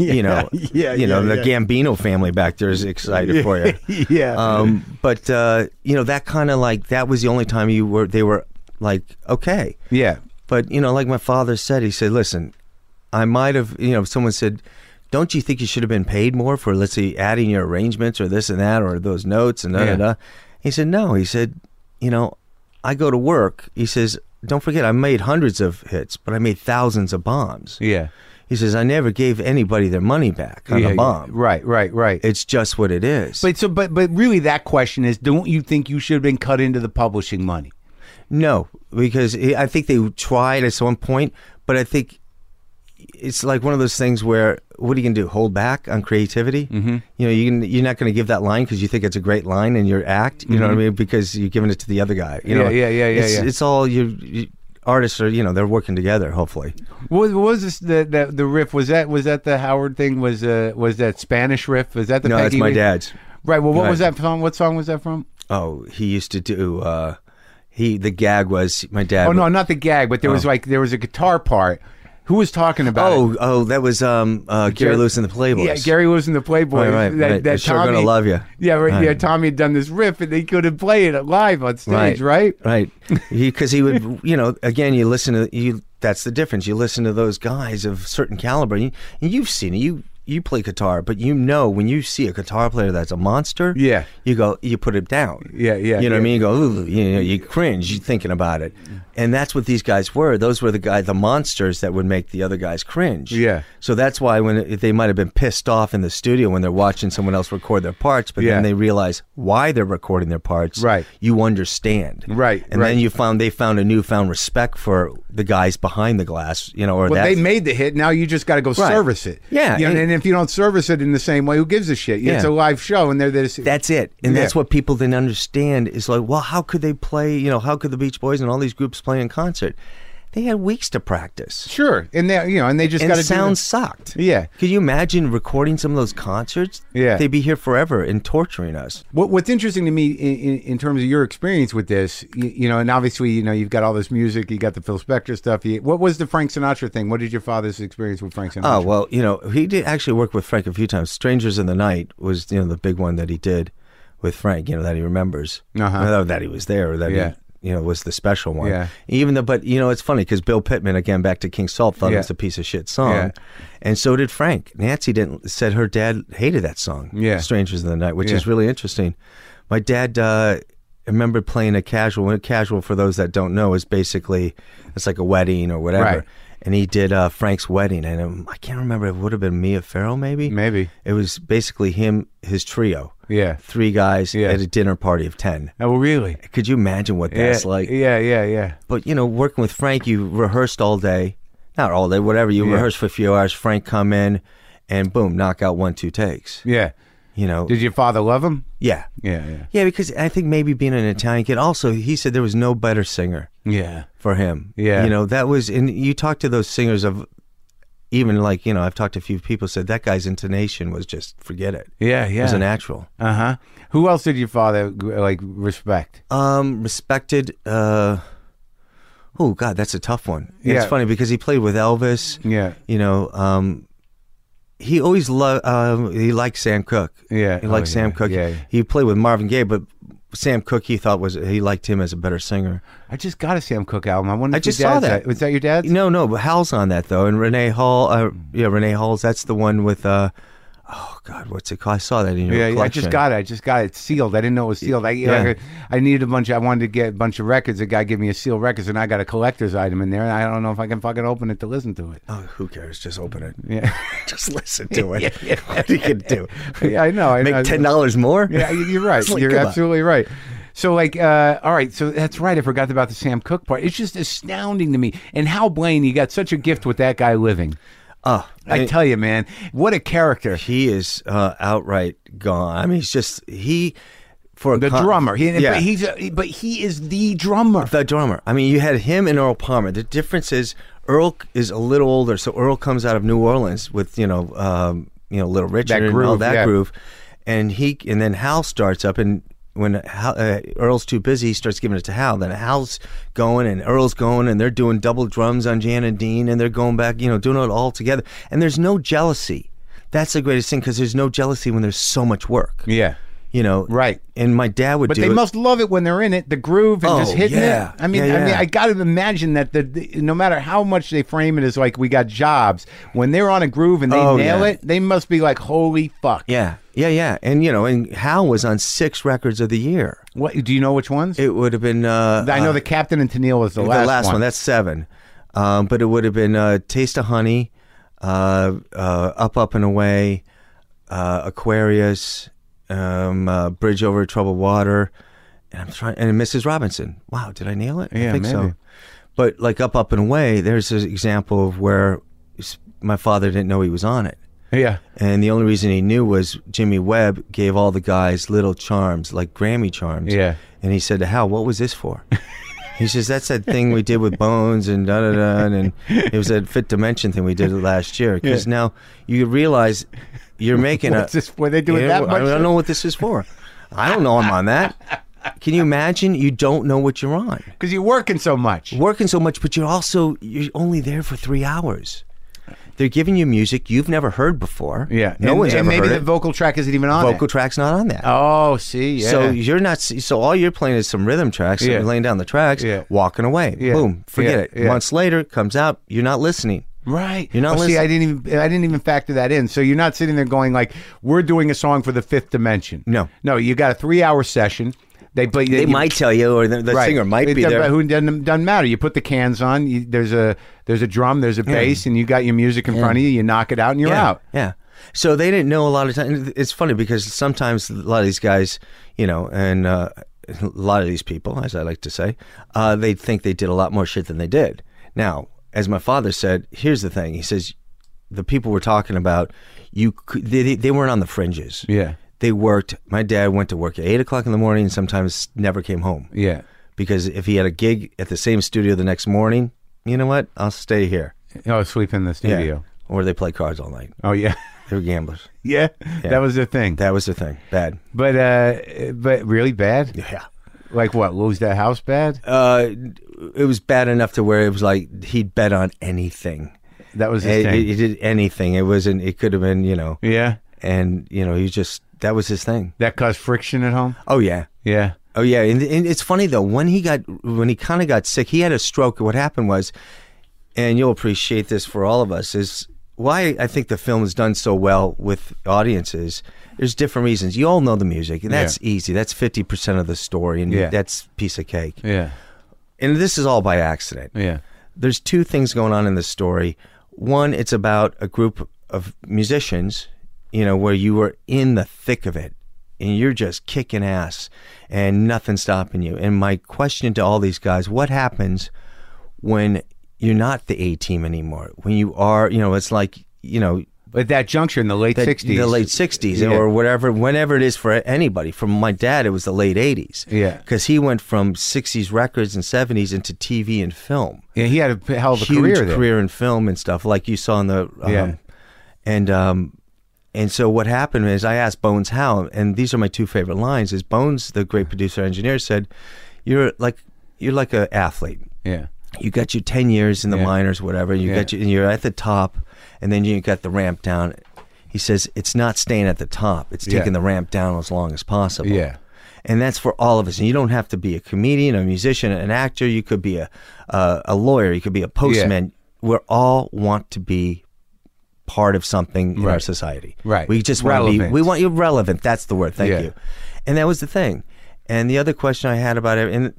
you know,
yeah,
you know,
yeah,
the
yeah.
Gambino family back there is excited for you.
Yeah.
Um, but uh, you know, that kind of like that was the only time you were they were like okay.
yeah.
But you know, like my father said, he said, "Listen, I might have." You know, if someone said, "Don't you think you should have been paid more for let's say adding your arrangements or this and that or those notes and da
Yeah.
da da?" He said, "No." He said, "You know, I go to work." He says, "Don't forget, I made hundreds of hits, but I made thousands of bombs."
Yeah.
He says, "I never gave anybody their money back on
yeah,
a bomb.
Right. Right. Right.
It's just what it is."
But so, but but really, that question is: Don't you think you should have been cut into the publishing money?
No, because i I think they tried at some point, but I think it's like one of those things where what are you going to do? Hold back on creativity? Mm-hmm. You know, you can, you're not going to give that line because you think it's a great line in your act. You know what I mean? Because you're giving it to the other guy. You
Yeah,
know,
Mm-hmm. yeah, yeah, yeah,
It's,
yeah.
it's all you. you Artists are, you know, they're working together. Hopefully,
What, what was this the, the the riff? Was that was that the Howard thing? Was uh was that Spanish riff? Was that the
no, that's
Peggy
my
Lee-
dad's.
Right. Well, what was
Right.
that song? What song was that from?
Oh, he used to do. uh He the gag was my dad.
Oh no, not the gag, but there was like there was a guitar part. Who was talking about? it?
oh, oh, that was um uh, Gary Lewis and the Playboys.
Yeah, Gary was in the Playboy.
Right, right,
that,
right.
that
It's Sure Gonna
Tommy-
Love Ya.
Yeah, right,
Right.
yeah. Tommy had done this riff, and they couldn't play it live on stage, right?
Right. Because he, would, you know, again, you listen to you. That's the difference. You listen to those guys of certain caliber. You, you've seen it. You you play guitar, but you know when you see a guitar player that's a monster.
Yeah.
You go. You put it down.
Yeah, yeah,
You
yeah.
know what I mean? You go. Ooh, you know, you cringe. You thinking about it, and that's what these guys were. Those were the guy, the monsters that would make the other guys cringe.
Yeah.
So that's why when it, they might have been pissed off in the studio when they're watching someone else record their parts, but
Yeah.
then they realize why they're recording their parts.
Right.
You understand.
Right,
And
right.
then you found they found a newfound respect for the guys behind the glass, you know, or
Well,
that.
they made the hit. Now you just got to go service it.
Yeah,
You know, and,
and-
if you don't service it in the same way, who gives a shit? It's
Yeah.
a live show, and they're this.
that's it. And that's
Yeah.
what people didn't understand is like, well, how could they play, you know, how could the Beach Boys and all these groups play in concert? They had weeks to practice.
sure. And they, you know, and they just
And
got to
the sound sucked.
Yeah.
Could you imagine recording some of those concerts?
Yeah.
They'd be here forever and torturing us.
What, what's interesting to me in, in, in terms of your experience with this, you, you know, and obviously, you know, you've got all this music, you got the Phil Spector stuff. You, what was the Frank Sinatra thing? What did your father's experience with Frank Sinatra?
Oh well, you know he did actually work with Frank a few times. "Strangers in the Night" was you know the big one that he did with Frank. You know that he remembers
Uh-huh.
Not that he was there. Or that
Yeah.
he, you know was the special one.
Yeah.
Even though, but you know it's funny because Bill Pittman again back to King Salt thought
Yeah.
it was a piece of shit song,
Yeah.
and so did Frank. Nancy didn't said her dad hated that song.
Yeah.
"Strangers in the Night," which
Yeah.
is really interesting. My dad. Uh, remembered playing a casual. Casual, for those that don't know, is basically it's like a wedding or whatever.
Right.
and he did uh, Frank's wedding, and um, I can't remember. It would have been Mia Farrow, maybe.
Maybe.
it was basically him, his trio,
Yeah.
three guys
Yeah.
at a dinner party of ten.
Oh, really?
Could you imagine what that's
yeah,
like?
Yeah, yeah, yeah.
But you know, working with Frank, you rehearsed all day, not all day, whatever. You rehearsed for a few hours. Frank come in, and boom, knock out one two takes.
Yeah.
You know,
Did your father love him?
yeah,
Yeah, yeah.
yeah. Because I think maybe being an Italian kid, also he said there was no better singer
Yeah.
for him.
Yeah.
You know, that was, and you talk to those singers of even like, you know, I've talked to a few people said that guy's intonation was just, forget it.
Yeah,
It was a
yeah.
natural.
Uh huh. Who else did your father like respect?
Um, respected, uh, oh God, that's a tough one.
Yeah.
It's funny because he played with Elvis,
Yeah.
you know, um, he always loved, um, he liked Sam Cooke.
Yeah.
He liked
Oh,
Sam
yeah.
Cooke.
Yeah.
He played with Marvin Gaye, but Sam Cooke, he thought was, he liked him as a better singer.
I just got a Sam Cooke album. I wonder.
I
if your
just saw
dad's- uh,
that.
Was that your dad's?
No, no, but Hal's on that though, and Renee Hall. Uh, yeah, Renee Hall's. That's the one with. Uh, oh God, what's it called? I saw that in your
Yeah, yeah, I
collection.
just got it. I just got it sealed. I didn't know it was sealed. I,
Yeah.
I, I needed a bunch. I wanted to get a bunch of records. A guy gave me a sealed records, and I got a collector's item in there. And I don't know if I can fucking open it to listen to it.
Oh, who cares? Just open it.
Yeah,
Just listen to it. What are you gonna do?
Yeah, I know. I know.
Make ten dollars more?
Yeah, you- you're right.
It's like,
you're
come on.
absolutely right. So, like, uh, all right. So that's right. I forgot about the Sam Cooke part. It's just astounding to me. And Hal Blaine, you got such a gift with that guy living.
Oh,
I tell you, man, what a character.
he is uh, outright gone. I mean, he's just he for a
The
con-
drummer. He,
yeah.
but he's a, but he is the drummer.
the drummer. I mean, you had him and Earl Palmer. The difference is Earl is a little older, so Earl comes out of New Orleans with you know, um, you know, Little Richard and all
groove,
that
yeah.
groove, and he and then Hal starts up and. When Hal, uh, Earl's too busy, he starts giving it to Hal. Then Hal's going and Earl's going, and they're doing double drums on Jan and Dean, and they're going back, you know, doing it all together. And there's no jealousy. That's the greatest thing because there's no jealousy when there's so much work.
yeah.
You know,
Right.
And my dad would
But
do
they
it.
must love it when they're in it, the groove and
Oh,
just hitting it.
yeah.
I mean,
Yeah,
I mean,
yeah.
I got to imagine that the, the no matter how much they frame it as like we got jobs, when they're on a groove and they
Oh,
nail
yeah.
it, they must be like, holy fuck.
Yeah, yeah, yeah. And you know, and Hal was on six records of the year.
What do you know? Which ones?
It would have been uh,
I know
uh,
the captain and Tennille was the, last,
one. That's seven. Um, but it would have been uh, Taste of Honey, uh, uh, Up, Up and Away, uh, Aquarius, um, uh, Bridge Over Troubled Water, and I'm trying and Mrs. Robinson. Wow, did I nail it?
Yeah,
I think
maybe.
so. But like Up, Up and Away, there's an example of where s- my father didn't know he was on it.
yeah,
And the only reason he knew was Jimmy Webb gave all the guys little charms, like Grammy charms.
Yeah.
And he said to Hal, What was this for? he says, That's that thing we did with Bones and da da da. And it was that Fit Dimension thing we did last year. Because
Yeah.
now you realize you're making
What's
a.
this for? They do it
Yeah,
that much?
I don't know what this is for. I don't know I'm on that. Can you imagine? You don't know what you're on.
because you're working so much.
Working so much, but you're also you're only there for three hours. They're giving you music you've never heard before. no
and,
one's
and
ever
maybe the
heard it
vocal track isn't even on.
vocal
It.
track's not on that.
Oh, see, yeah.
So you're not. So all you're playing is some rhythm tracks.
Yeah.
You're laying down the tracks.
Yeah.
Walking away.
Yeah.
Boom. Forget
Yeah.
it.
Yeah.
Months later, it comes out. You're not listening.
Right.
You're not
Oh, see,
listening.
I didn't even I didn't even factor that in. So you're not sitting there going like, "We're doing a song for the fifth dimension."
No.
no. You got a three hour session. They play.
They might tell you, or the, the singer might
It
be
doesn't-
there.
Who doesn't, doesn't matter. You put the cans on. You, there's a there's a drum. There's a bass, and you got your music in front of you. You knock it out, and you're
yeah.
out.
Yeah. So they didn't know a lot of times. It's funny because sometimes a lot of these guys, you know, and uh, a lot of these people, as I like to say, uh, they think they did a lot more shit than they did. Now, as my father said, here's the thing. He says, the people we're talking about, you could, they, they- they weren't on the fringes.
Yeah.
They worked. My dad went to work at eight o'clock in the morning and sometimes never came home
Yeah.
because if he had a gig at the same studio the next morning, you know what? I'll stay here.
Oh, sleep in the studio.
Or they play cards all night.
Oh yeah.
They were gamblers.
yeah. That was the thing.
That was the thing. Bad.
but uh, but really bad.
Yeah.
Like what? Lose that house bad?
Uh, it was bad enough to where it was like he'd bet on anything.
That was his
He
thing.
he did anything. It wasn't. It could have been. You know.
yeah.
And you know, he just that was his thing.
That caused friction at home.
Oh yeah.
Yeah.
Oh yeah. And, and it's funny though when he got when he kind of got sick, he had a stroke. What happened was, and you'll appreciate this for all of us is. Why I think the film is done so well with audiences, there's different reasons. You all know the music, and that's easy. That's fifty percent of the story, and
Yeah.
that's piece of cake.
Yeah.
and this is all by accident.
Yeah.
there's two things going on in this story. One, it's about a group of musicians, you know, where you were in the thick of it and you're just kicking ass and nothing's stopping you. And my question to all these guys, what happens when you're not the A team anymore? When you are, you know, it's like, you know,
At that juncture in the late
that-
60s.
the late sixties,
Yeah.
or whatever, whenever it is for anybody. For my dad, it was the late eighties.
Yeah.
because he went from sixties records and seventies into TV and film.
Yeah, he had a hell of a
Huge
career there.
in film and stuff, like you saw in the um,
Yeah.
and um, and so what happened is I asked Bones how, and these are my two favorite lines. Is Bones, the great producer engineer, said, "You're like you're like an athlete."
Yeah.
you got your 10 years in the
Yeah.
minors whatever you
Yeah.
got your, and you're at the top and then you got the ramp down he says it's not staying at the top it's
Yeah.
taking the ramp down as long as possible
Yeah.
and that's for all of us and you don't have to be a comedian a musician an actor you could be a a, a lawyer you could be a postman we all want to be part of something in our
Right.
society
Right.
we just want to be
Relevant.
we want you relevant that's the word thank
Yeah.
you and that was the thing. And the other question I had about it, and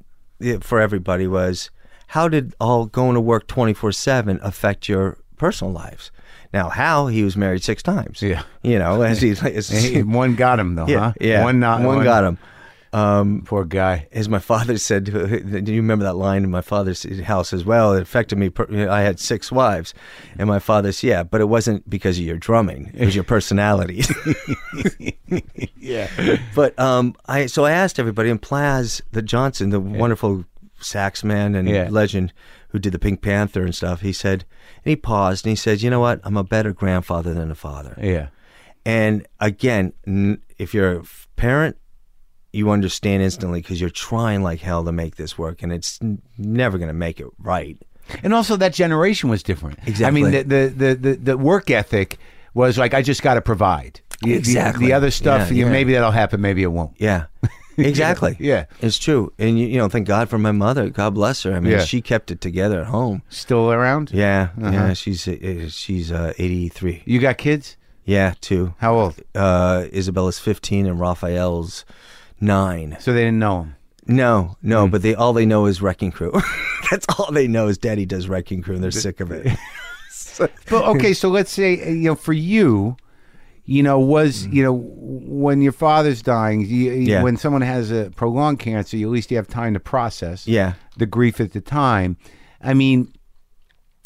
it- for everybody, was how did all going to work 24 7 affect your personal lives? Now, how he was married six times.
Yeah.
You know, as he's like, it's-
Hey, one got him though, huh?
yeah, yeah.
One not
one got him.
Poor guy.
As my father said, do you remember that line in my father's house as well? It affected me. per- I had six wives. And my father said, yeah, but it wasn't because of your drumming, it was your personality.
Yeah.
But um, I so I asked everybody, and Plaz the Johnson, the wonderful sax man and
Yeah.
legend who did the Pink Panther and stuff, he said, and he paused and he said, "You know what? I'm a better grandfather than a father."
Yeah.
And again, n- if you're a f- parent, you understand instantly because you're trying like hell to make this work, and it's n- never going to make it right.
And also that generation was different.
Exactly.
I mean the the the, the, the work ethic was like I just got to provide. The- the- The,
Exactly.
other stuff,
Yeah,
you-
yeah.
maybe that'll happen, maybe it won't.
Yeah. Exactly.
Yeah.
It's true. And you, you know, thank God for my mother. God bless her. I mean,
Yeah. Uh-huh.
she kept it together at home.
Still around?
Yeah, yeah. She's uh, she's uh, eighty three.
You got kids?
Yeah, two.
How old?
Uh, Isabella's fifteen and Raphael's nine.
So they didn't know him.
No, no,
Hmm.
but they all they know is Wrecking Crew. That's all they know is Daddy does Wrecking Crew, and they're sick of it.
But okay, so let's say uh, you know for you, you know was you know when your father's dying, you, you-
Mm. Yeah.
when someone has a prolonged cancer, you, at least you have time to process.
yeah.
the grief at the time. I mean,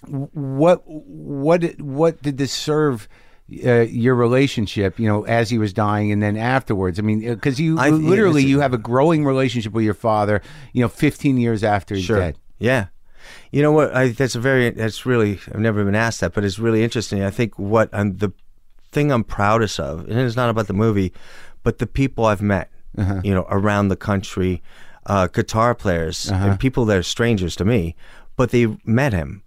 w- what what what did this serve uh, your relationship? You know, as he was dying, and then afterwards. I mean, because you
I- yeah,
literally
this is-
you have a growing relationship with your father. You know, fifteen years after he's dead.
Yeah. You know what? I, that's a very, that's really, I've never been asked that, but it's really interesting. I think what I'm, the thing I'm proudest of, and it's not about the movie, but the people I've met, you know, around the country, uh, guitar players, and people that are strangers to me, but they met him.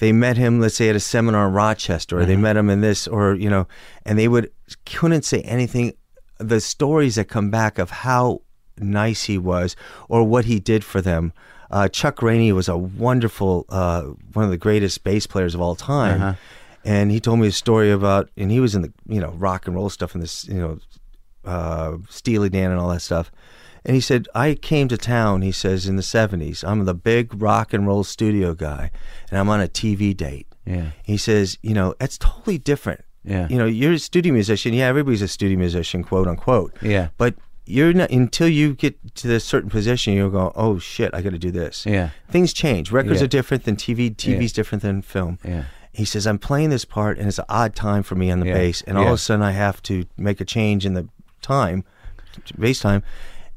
They met him, let's say, at a seminar in Rochester, or they met him in this, or, you know, and they would, couldn't say anything. The stories that come back of how nice he was or what he did for them. Uh, Chuck Rainey was a wonderful, uh, one of the greatest bass players of all time. And he told me a story about, and he was in the, you know, rock and roll stuff and this, you know, uh, Steely Dan and all that stuff. And he said, I came to town, he says, in the 70s. I'm the big rock and roll studio guy, and I'm on a TV date.
Yeah.
He says, you know, that's totally different.
Yeah.
You know, you're a studio musician. Yeah, everybody's a studio musician, quote unquote.
Yeah.
But you're not until you get to this certain position, you'll go, oh shit, I got to do this.
Yeah.
Things change. Records
Yeah.
are different than TV. TV's different than film.
Yeah.
He says, I'm playing this part and it's an odd time for me on the
Yeah.
bass, and all
Yeah.
of a sudden I have to make a change in the time, bass time.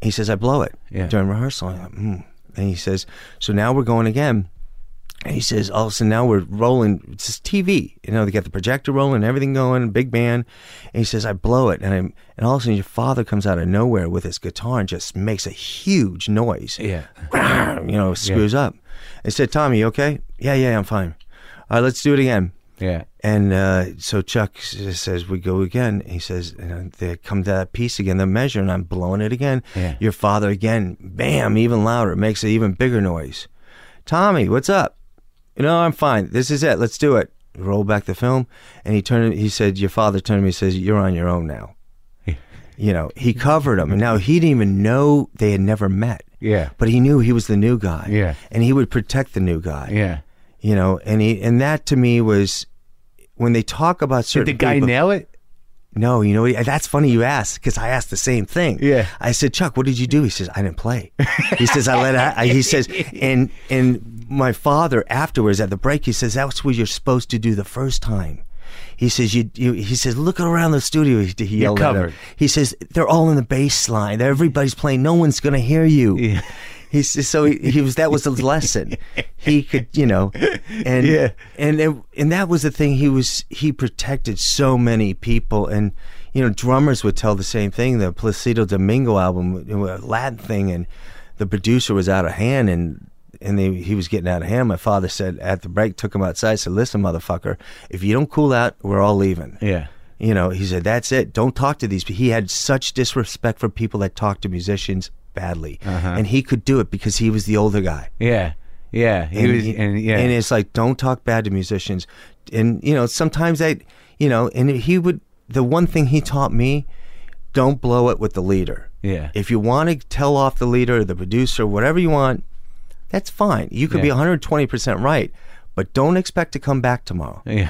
He says, I blow it
Yeah.
during rehearsal. I'm like, mm. And he says, so now we're going again. And he says, all of a sudden now we're rolling. It's just TV. You know, they got the projector rolling, everything going, big band. And he says, I blow it. And I'm, and all of a sudden your father comes out of nowhere with his guitar and just makes a huge noise.
Yeah.
you know, screws up. I said, Tommy, you okay? Yeah, yeah, I'm fine. All right, let's do it again.
Yeah.
And uh, so Chuck s- says, We go again. He says, you know, They come to that piece again, the measure, and I'm blowing it again.
Yeah.
Your father again, bam, even louder, makes an even bigger noise. Tommy, what's up? You know, I'm fine. This is it. Let's do it. Roll back the film. And he turned, he said, Your father turned to me and says, You're on your own now. you know, he covered him. And now he didn't even know they had never met.
Yeah.
But he knew he was the new guy.
Yeah.
And he would protect the new guy
Yeah.
you know, and he and that to me was when they talk about certain
Did the guy
people-
nail it?
No, you know, and that's funny you asked because I asked the same thing.
Yeah.
I said, Chuck, what did you do? He says, I didn't play. He says, I let out. I, he says, and and my father afterwards at the break, he says, that's what you're supposed to do the first time. He says, you, you he says, look around the studio. He, he yelled at
covered.
him. He says, they're all in the bass line. Everybody's playing. No one's going to hear you.
Yeah.
He says, so he, he was, that was the lesson. He could, you know, and
Yeah.
and it, and that was the thing he was he protected so many people and you know drummers would tell the same thing the Placido Domingo album it was a Latin thing and the producer was out of hand and and they, he was getting out of hand my father said at the break took him outside said listen motherfucker if you don't cool out we're all leaving
Yeah.
you know he said that's it don't talk to these people he had such disrespect for people that talk to musicians badly
Uh-huh.
and he could do it because he was the older guy
Yeah. Yeah. He was and yeah.
and it's like don't talk bad to musicians, and you know sometimes I, you know, and he would the one thing he taught me, don't blow it with the leader.
Yeah.
If you want to tell off the leader, the producer, whatever you want, that's fine. You could be
Yeah.
120 percent right, but don't expect to come back tomorrow.
yeah.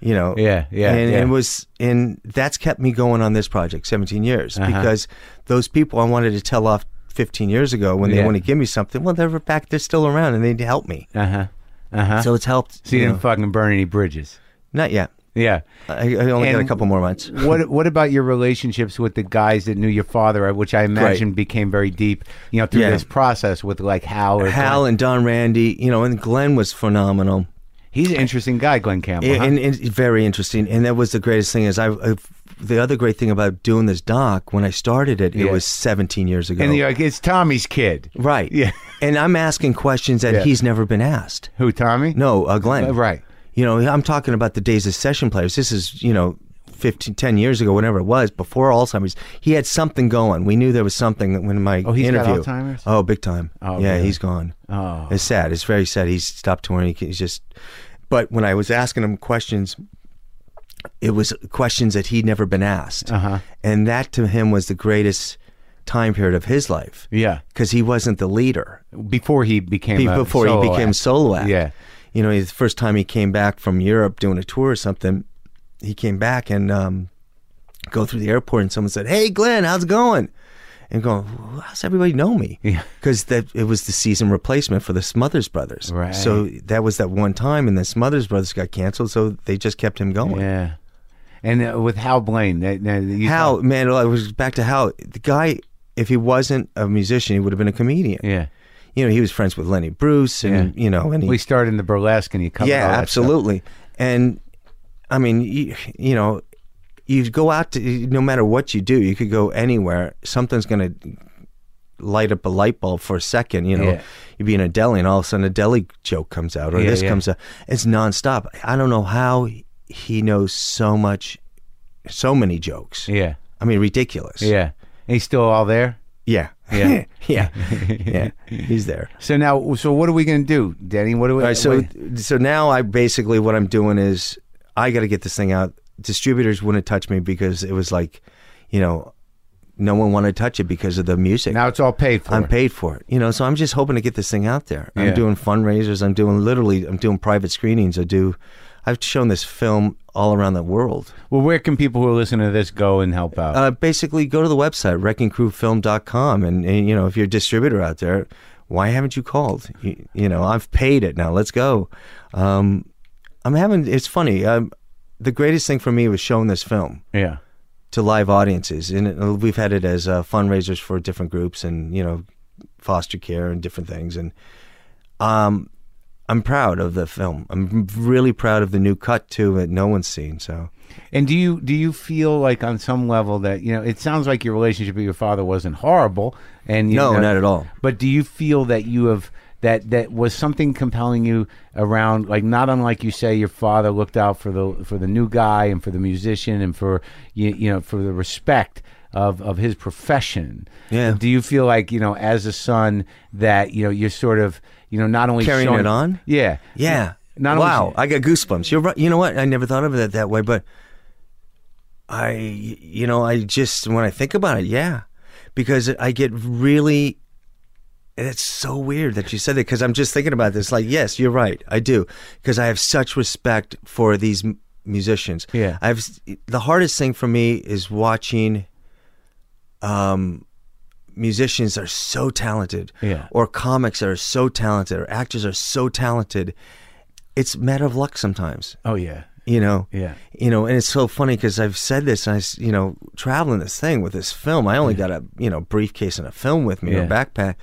You know.
Yeah, yeah,
And,
yeah.
and was and that's kept me going on this project 17 years
Uh-huh.
because those people I wanted to tell off 15 years ago when they
Yeah.
want to give me something, well they're back, they're still around, and they help me.
Uh-huh. Uh-huh.
So it's helped.
So you
you
didn't
know.
fucking burn any bridges.
Not yet.
Yeah.
I, I only got a
And-
couple more months.
What What about your relationships with the guys that knew your father, uh, which I imagine became very deep, you know, through
Yeah.
this process with like Hal or
Hal
Glenn?
and Don Randy, you know, and Glenn was phenomenal.
He's an interesting guy, Glenn Campbell. huh?
And, and very interesting. And that was the greatest thing is I, I the other great thing about doing this doc when I started it,
Yeah.
it was 17 years ago.
and you're like, it's Tommy's kid.
right.
Yeah.
And I'm asking questions that
Yeah.
he's never been asked.
Who, Tommy?
No, uh, Glenn.
Uh, right.
You know, I'm talking about the days of session players. This is, you know, 15, 10 years ago, whatever it was, before Alzheimer's. He had something going. We knew there was something that when my
Oh, he's got
interview.
Alzheimer's?
Oh, big time.
Oh,
yeah,
really?
he's gone.
Oh.
It's sad. It's very sad. He's stopped touring. He's just. But when I was asking him questions, it was questions that he'd never been asked,
Uh-huh.
and that to him was the greatest time period of his life
Yeah.
because he wasn't the leader
Before he became
Be-
a
before
solo
he became
act.
solo act.
uh, Yeah.
you know, the first time he came back from Europe doing a tour or something, he came back and um, go through the airport, and someone said, "Hey, Glenn, how's it going?" And going, "Well, how's everybody know me?
Yeah.
Because that it was the season replacement for the Smothers Brothers.
Right.
So that was that one time, and the Smothers Brothers got canceled, so they just kept him going.
Yeah. And uh, with Hal Blaine, that, that you
How man, I was back to how the guy. If he wasn't a musician, he would have been a comedian.
yeah.
You know, he was friends with Lenny Bruce, and
Yeah.
you know, and he
We started in the burlesque, and you covered
yeah
all that
absolutely and i mean you, you know you go out to no matter what you do you could go anywhere something's going to light up a light bulb for a second you know
Yeah.
you'd be in a deli and all of a sudden a deli joke comes out or
Yeah,
this
yeah.
comes out it's nonstop i don't know how he knows so much so many jokes
stuff. Yeah.
i mean ridiculous
Yeah. And he's still all there?
yeah
Yeah.
yeah yeah he's there
So now, so what are we going to do, Denny? What do we?
All right, so
what-
so now I basically what I'm doing is I got to get this thing out. Distributors wouldn't touch me because it was like, you know, no one wanted to touch it because of the music.
now it's all paid for.
I'm paid for it, you know. So I'm just hoping to get this thing out there.
Yeah.
I'm doing fundraisers. I'm doing literally. I'm doing private screenings. I do. I've shown this film all around the world.
Well, where can people who are listening to this go and help out?
Uh, basically, go to the website wreckingcrewfilm.com, and, and you know if you're a distributor out there, why haven't you called? You, you know, I've paid it now. Let's go. Um, I'm having. It's funny. Um, the greatest thing for me was showing this film
yeah.
to live audiences, and it, we've had it as uh, fundraisers for different groups, and you know, foster care and different things, and um. I'm proud of the film. I'm really proud of the new cut too that no one's seen. So
And do you do you feel like on some level that you know it sounds like your relationship with your father wasn't horrible and you
no,
know,
not at all.
But do you feel that you have that that was something compelling you around like not unlike you say your father looked out for the for the new guy and for the musician and for you, you know for the respect of of his profession.
Yeah.
Do you feel like you know as a son that you know you're sort of you know not only
Carrying
showing-
it on?
Yeah.
Yeah.
Not only-
wow, I got goosebumps. You're right. You know what? I never thought of it that way, but I, you know, I just when I think about it, yeah, because I get really And it's so weird that you said that because I'm just thinking about this. Like, yes, you're right. I do because I have such respect for these m- musicians.
Yeah.
I've s- the hardest thing for me is watching. Um, musicians are so talented,
Yeah.
or comics are so talented, or actors are so talented. It's a matter of luck sometimes
Oh yeah.
you know
Yeah.
you know and it's so funny because i've said this and i s- you know traveling this thing with this film i only got a you know briefcase and a film with me or
Yeah.
a backpack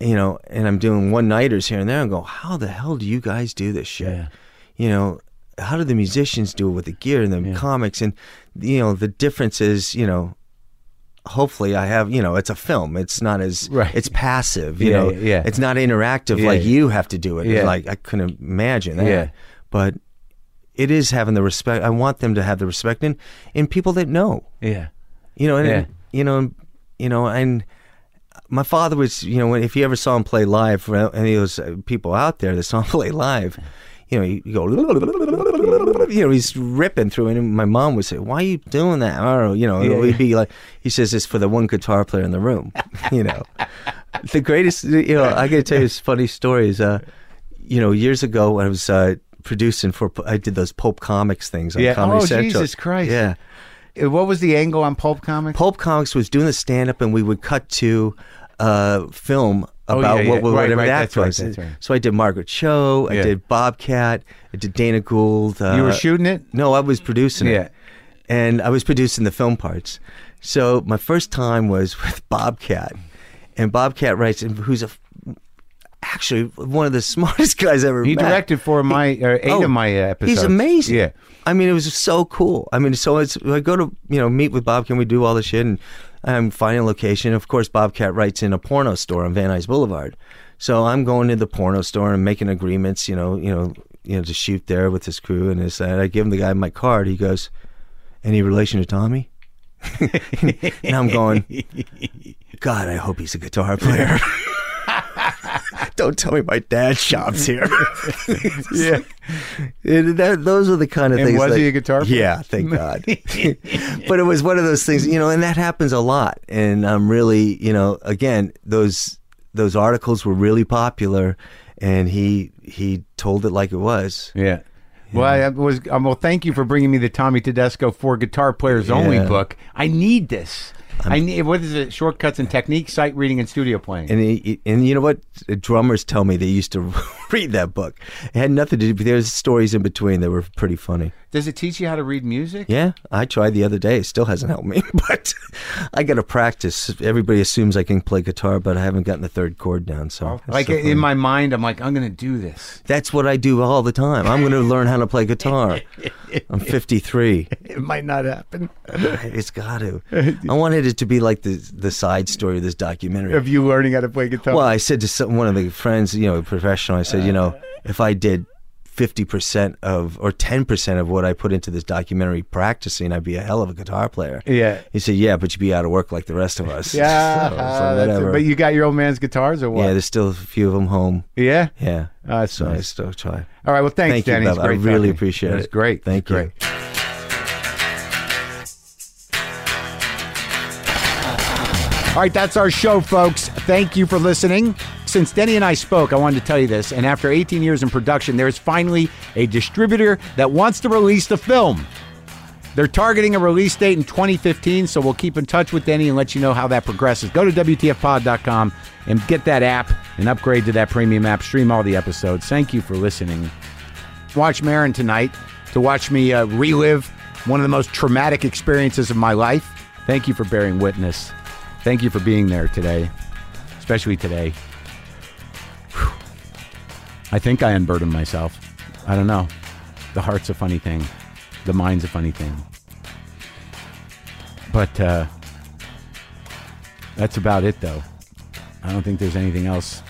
you know and i'm doing one nighters here and there and go how the hell do you guys do this shit
Yeah.
you know how do the musicians do it with the gear and the comics and you know the difference is you know hopefully i have you know it's a film it's not as
Right.
it's passive you
Yeah,
know
yeah, yeah.
it's not interactive
Yeah,
like
yeah.
you have to do it
Yeah.
like i couldn't imagine that
Yeah.
but it is having the respect. I want them to have the respect in in people that know,
Yeah.
you know, and
Yeah.
you know, and- you know, and my father was, you know, if you ever saw him play live, for any of those uh, people out there that saw him play live, you know, you go, you know, he's ripping through, it. and my mom would say, "Why are you doing that?" Or you know,
Yeah,
we'd be like, he says, "It's for the one guitar player in the room," you know. the greatest, you know, I got to tell you this funny story is, uh, you know, years ago when I was uh, producing for, I did those Pope Comics things on
Yeah.
Comedy
Oh,
Central.
Jesus Christ.
Yeah.
Uh, What was the angle on Pulp Comics?
Pulp Comics was doing the stand up, and we would cut to uh, film
Oh,
about
yeah, yeah.
what
Right,
whatever
right,
that
that's right,
was.
that's right.
So I did Margaret Cho, I
Yeah.
did Bobcat, I did Dana Gould. Uh,
you were shooting it.
No, I was producing
Yeah.
it. And I was producing the film parts. So my first time was with Bobcat. And Bobcat writes, and who's a, actually one of the smartest guys I ever
He
met.
directed for my or eight
Oh,
of my uh, episodes.
He's amazing.
Yeah.
I mean, it was so cool. I mean, so it's I go to you know meet with Bob. Can we do all this shit? And I'm finding a location. Of course, Bobcat writes in a porno store on Van Nuys Boulevard. So I'm going to the porno store and making agreements. You know, you know, you know, to shoot there with his crew and this. And I give him the guy my card. He goes, "Any relation to Tommy?" and I'm going, God, I hope he's a guitar player. Don't tell me my dad shops here.
Yeah.
And that- those are the kind of
And
things.
was
like-
he a guitar player?
Yeah, thank God. but it was one of those things, you know, and that happens a lot. And I'm really, you know, again, those those articles were really popular, and he he told it like it was.
Yeah. Well, I was um, well. Thank you for bringing me the Tommy Tedesco for guitar players only
Yeah.
book. I need this. i need what is it? Shortcuts and techniques, sight reading, and studio playing.
And he, and you know what? Drummers tell me they used to read that book. It had nothing to do. But there's stories in between that were pretty funny.
Does it teach you how to read music?
Yeah, I tried the other day. It still hasn't helped me, but I got to practice. Everybody assumes I can play guitar, but I haven't gotten the third chord down. So, it's
like
so
in my mind, I'm like, I'm going to do this.
that's what I do all the time. I'm going to learn how to play guitar. I'm 53.
It might not happen.
It's got to. I wanted it to be like the the side story of this documentary.
Of you learning how to play guitar.
Well, I said to some, one of the friends, you know, professional, I said, you know, if I did 50% of or 10% of what I put into this documentary practicing, I'd be a hell of a guitar player.
Yeah.
He said, yeah, but you'd be out of work like the rest of us.
yeah, Uh,
So I was like,
that's it.
whatever.
but you got your old man's guitars or
yeah,
what?
there's still a few of them home.
Yeah.
Yeah.
Oh, that's
so I
nice.
still try.
All right. Well, thanks,
Thank you,
Danny. It's
Bev. I
great
really
talking to you.
appreciate
It was
it.
great. It
Thank
was
you.
Great. All right, that's our show, folks. Thank you for listening. Since Denny and I spoke, I wanted to tell you this. And after 18 years in production, there is finally a distributor that wants to release the film. They're targeting a release date in 2015, so we'll keep in touch with Denny and let you know how that progresses. Go to WTFpod.com and get that app and upgrade to that premium app. Stream all the episodes. Thank you for listening watch Marin tonight to watch me uh, relive one of the most traumatic experiences of my life. Thank you for bearing witness. Thank you for being there today, especially today. Whew. I think I unburdened myself. I don't know. The heart's a funny thing, the mind's a funny thing. But uh, that's about it, though. I don't think there's anything else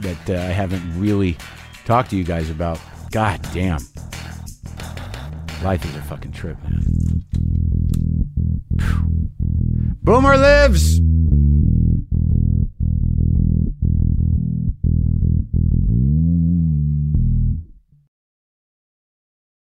that uh, I haven't really talked to you guys about. God damn. Life is a fucking trip, man. Boomer lives!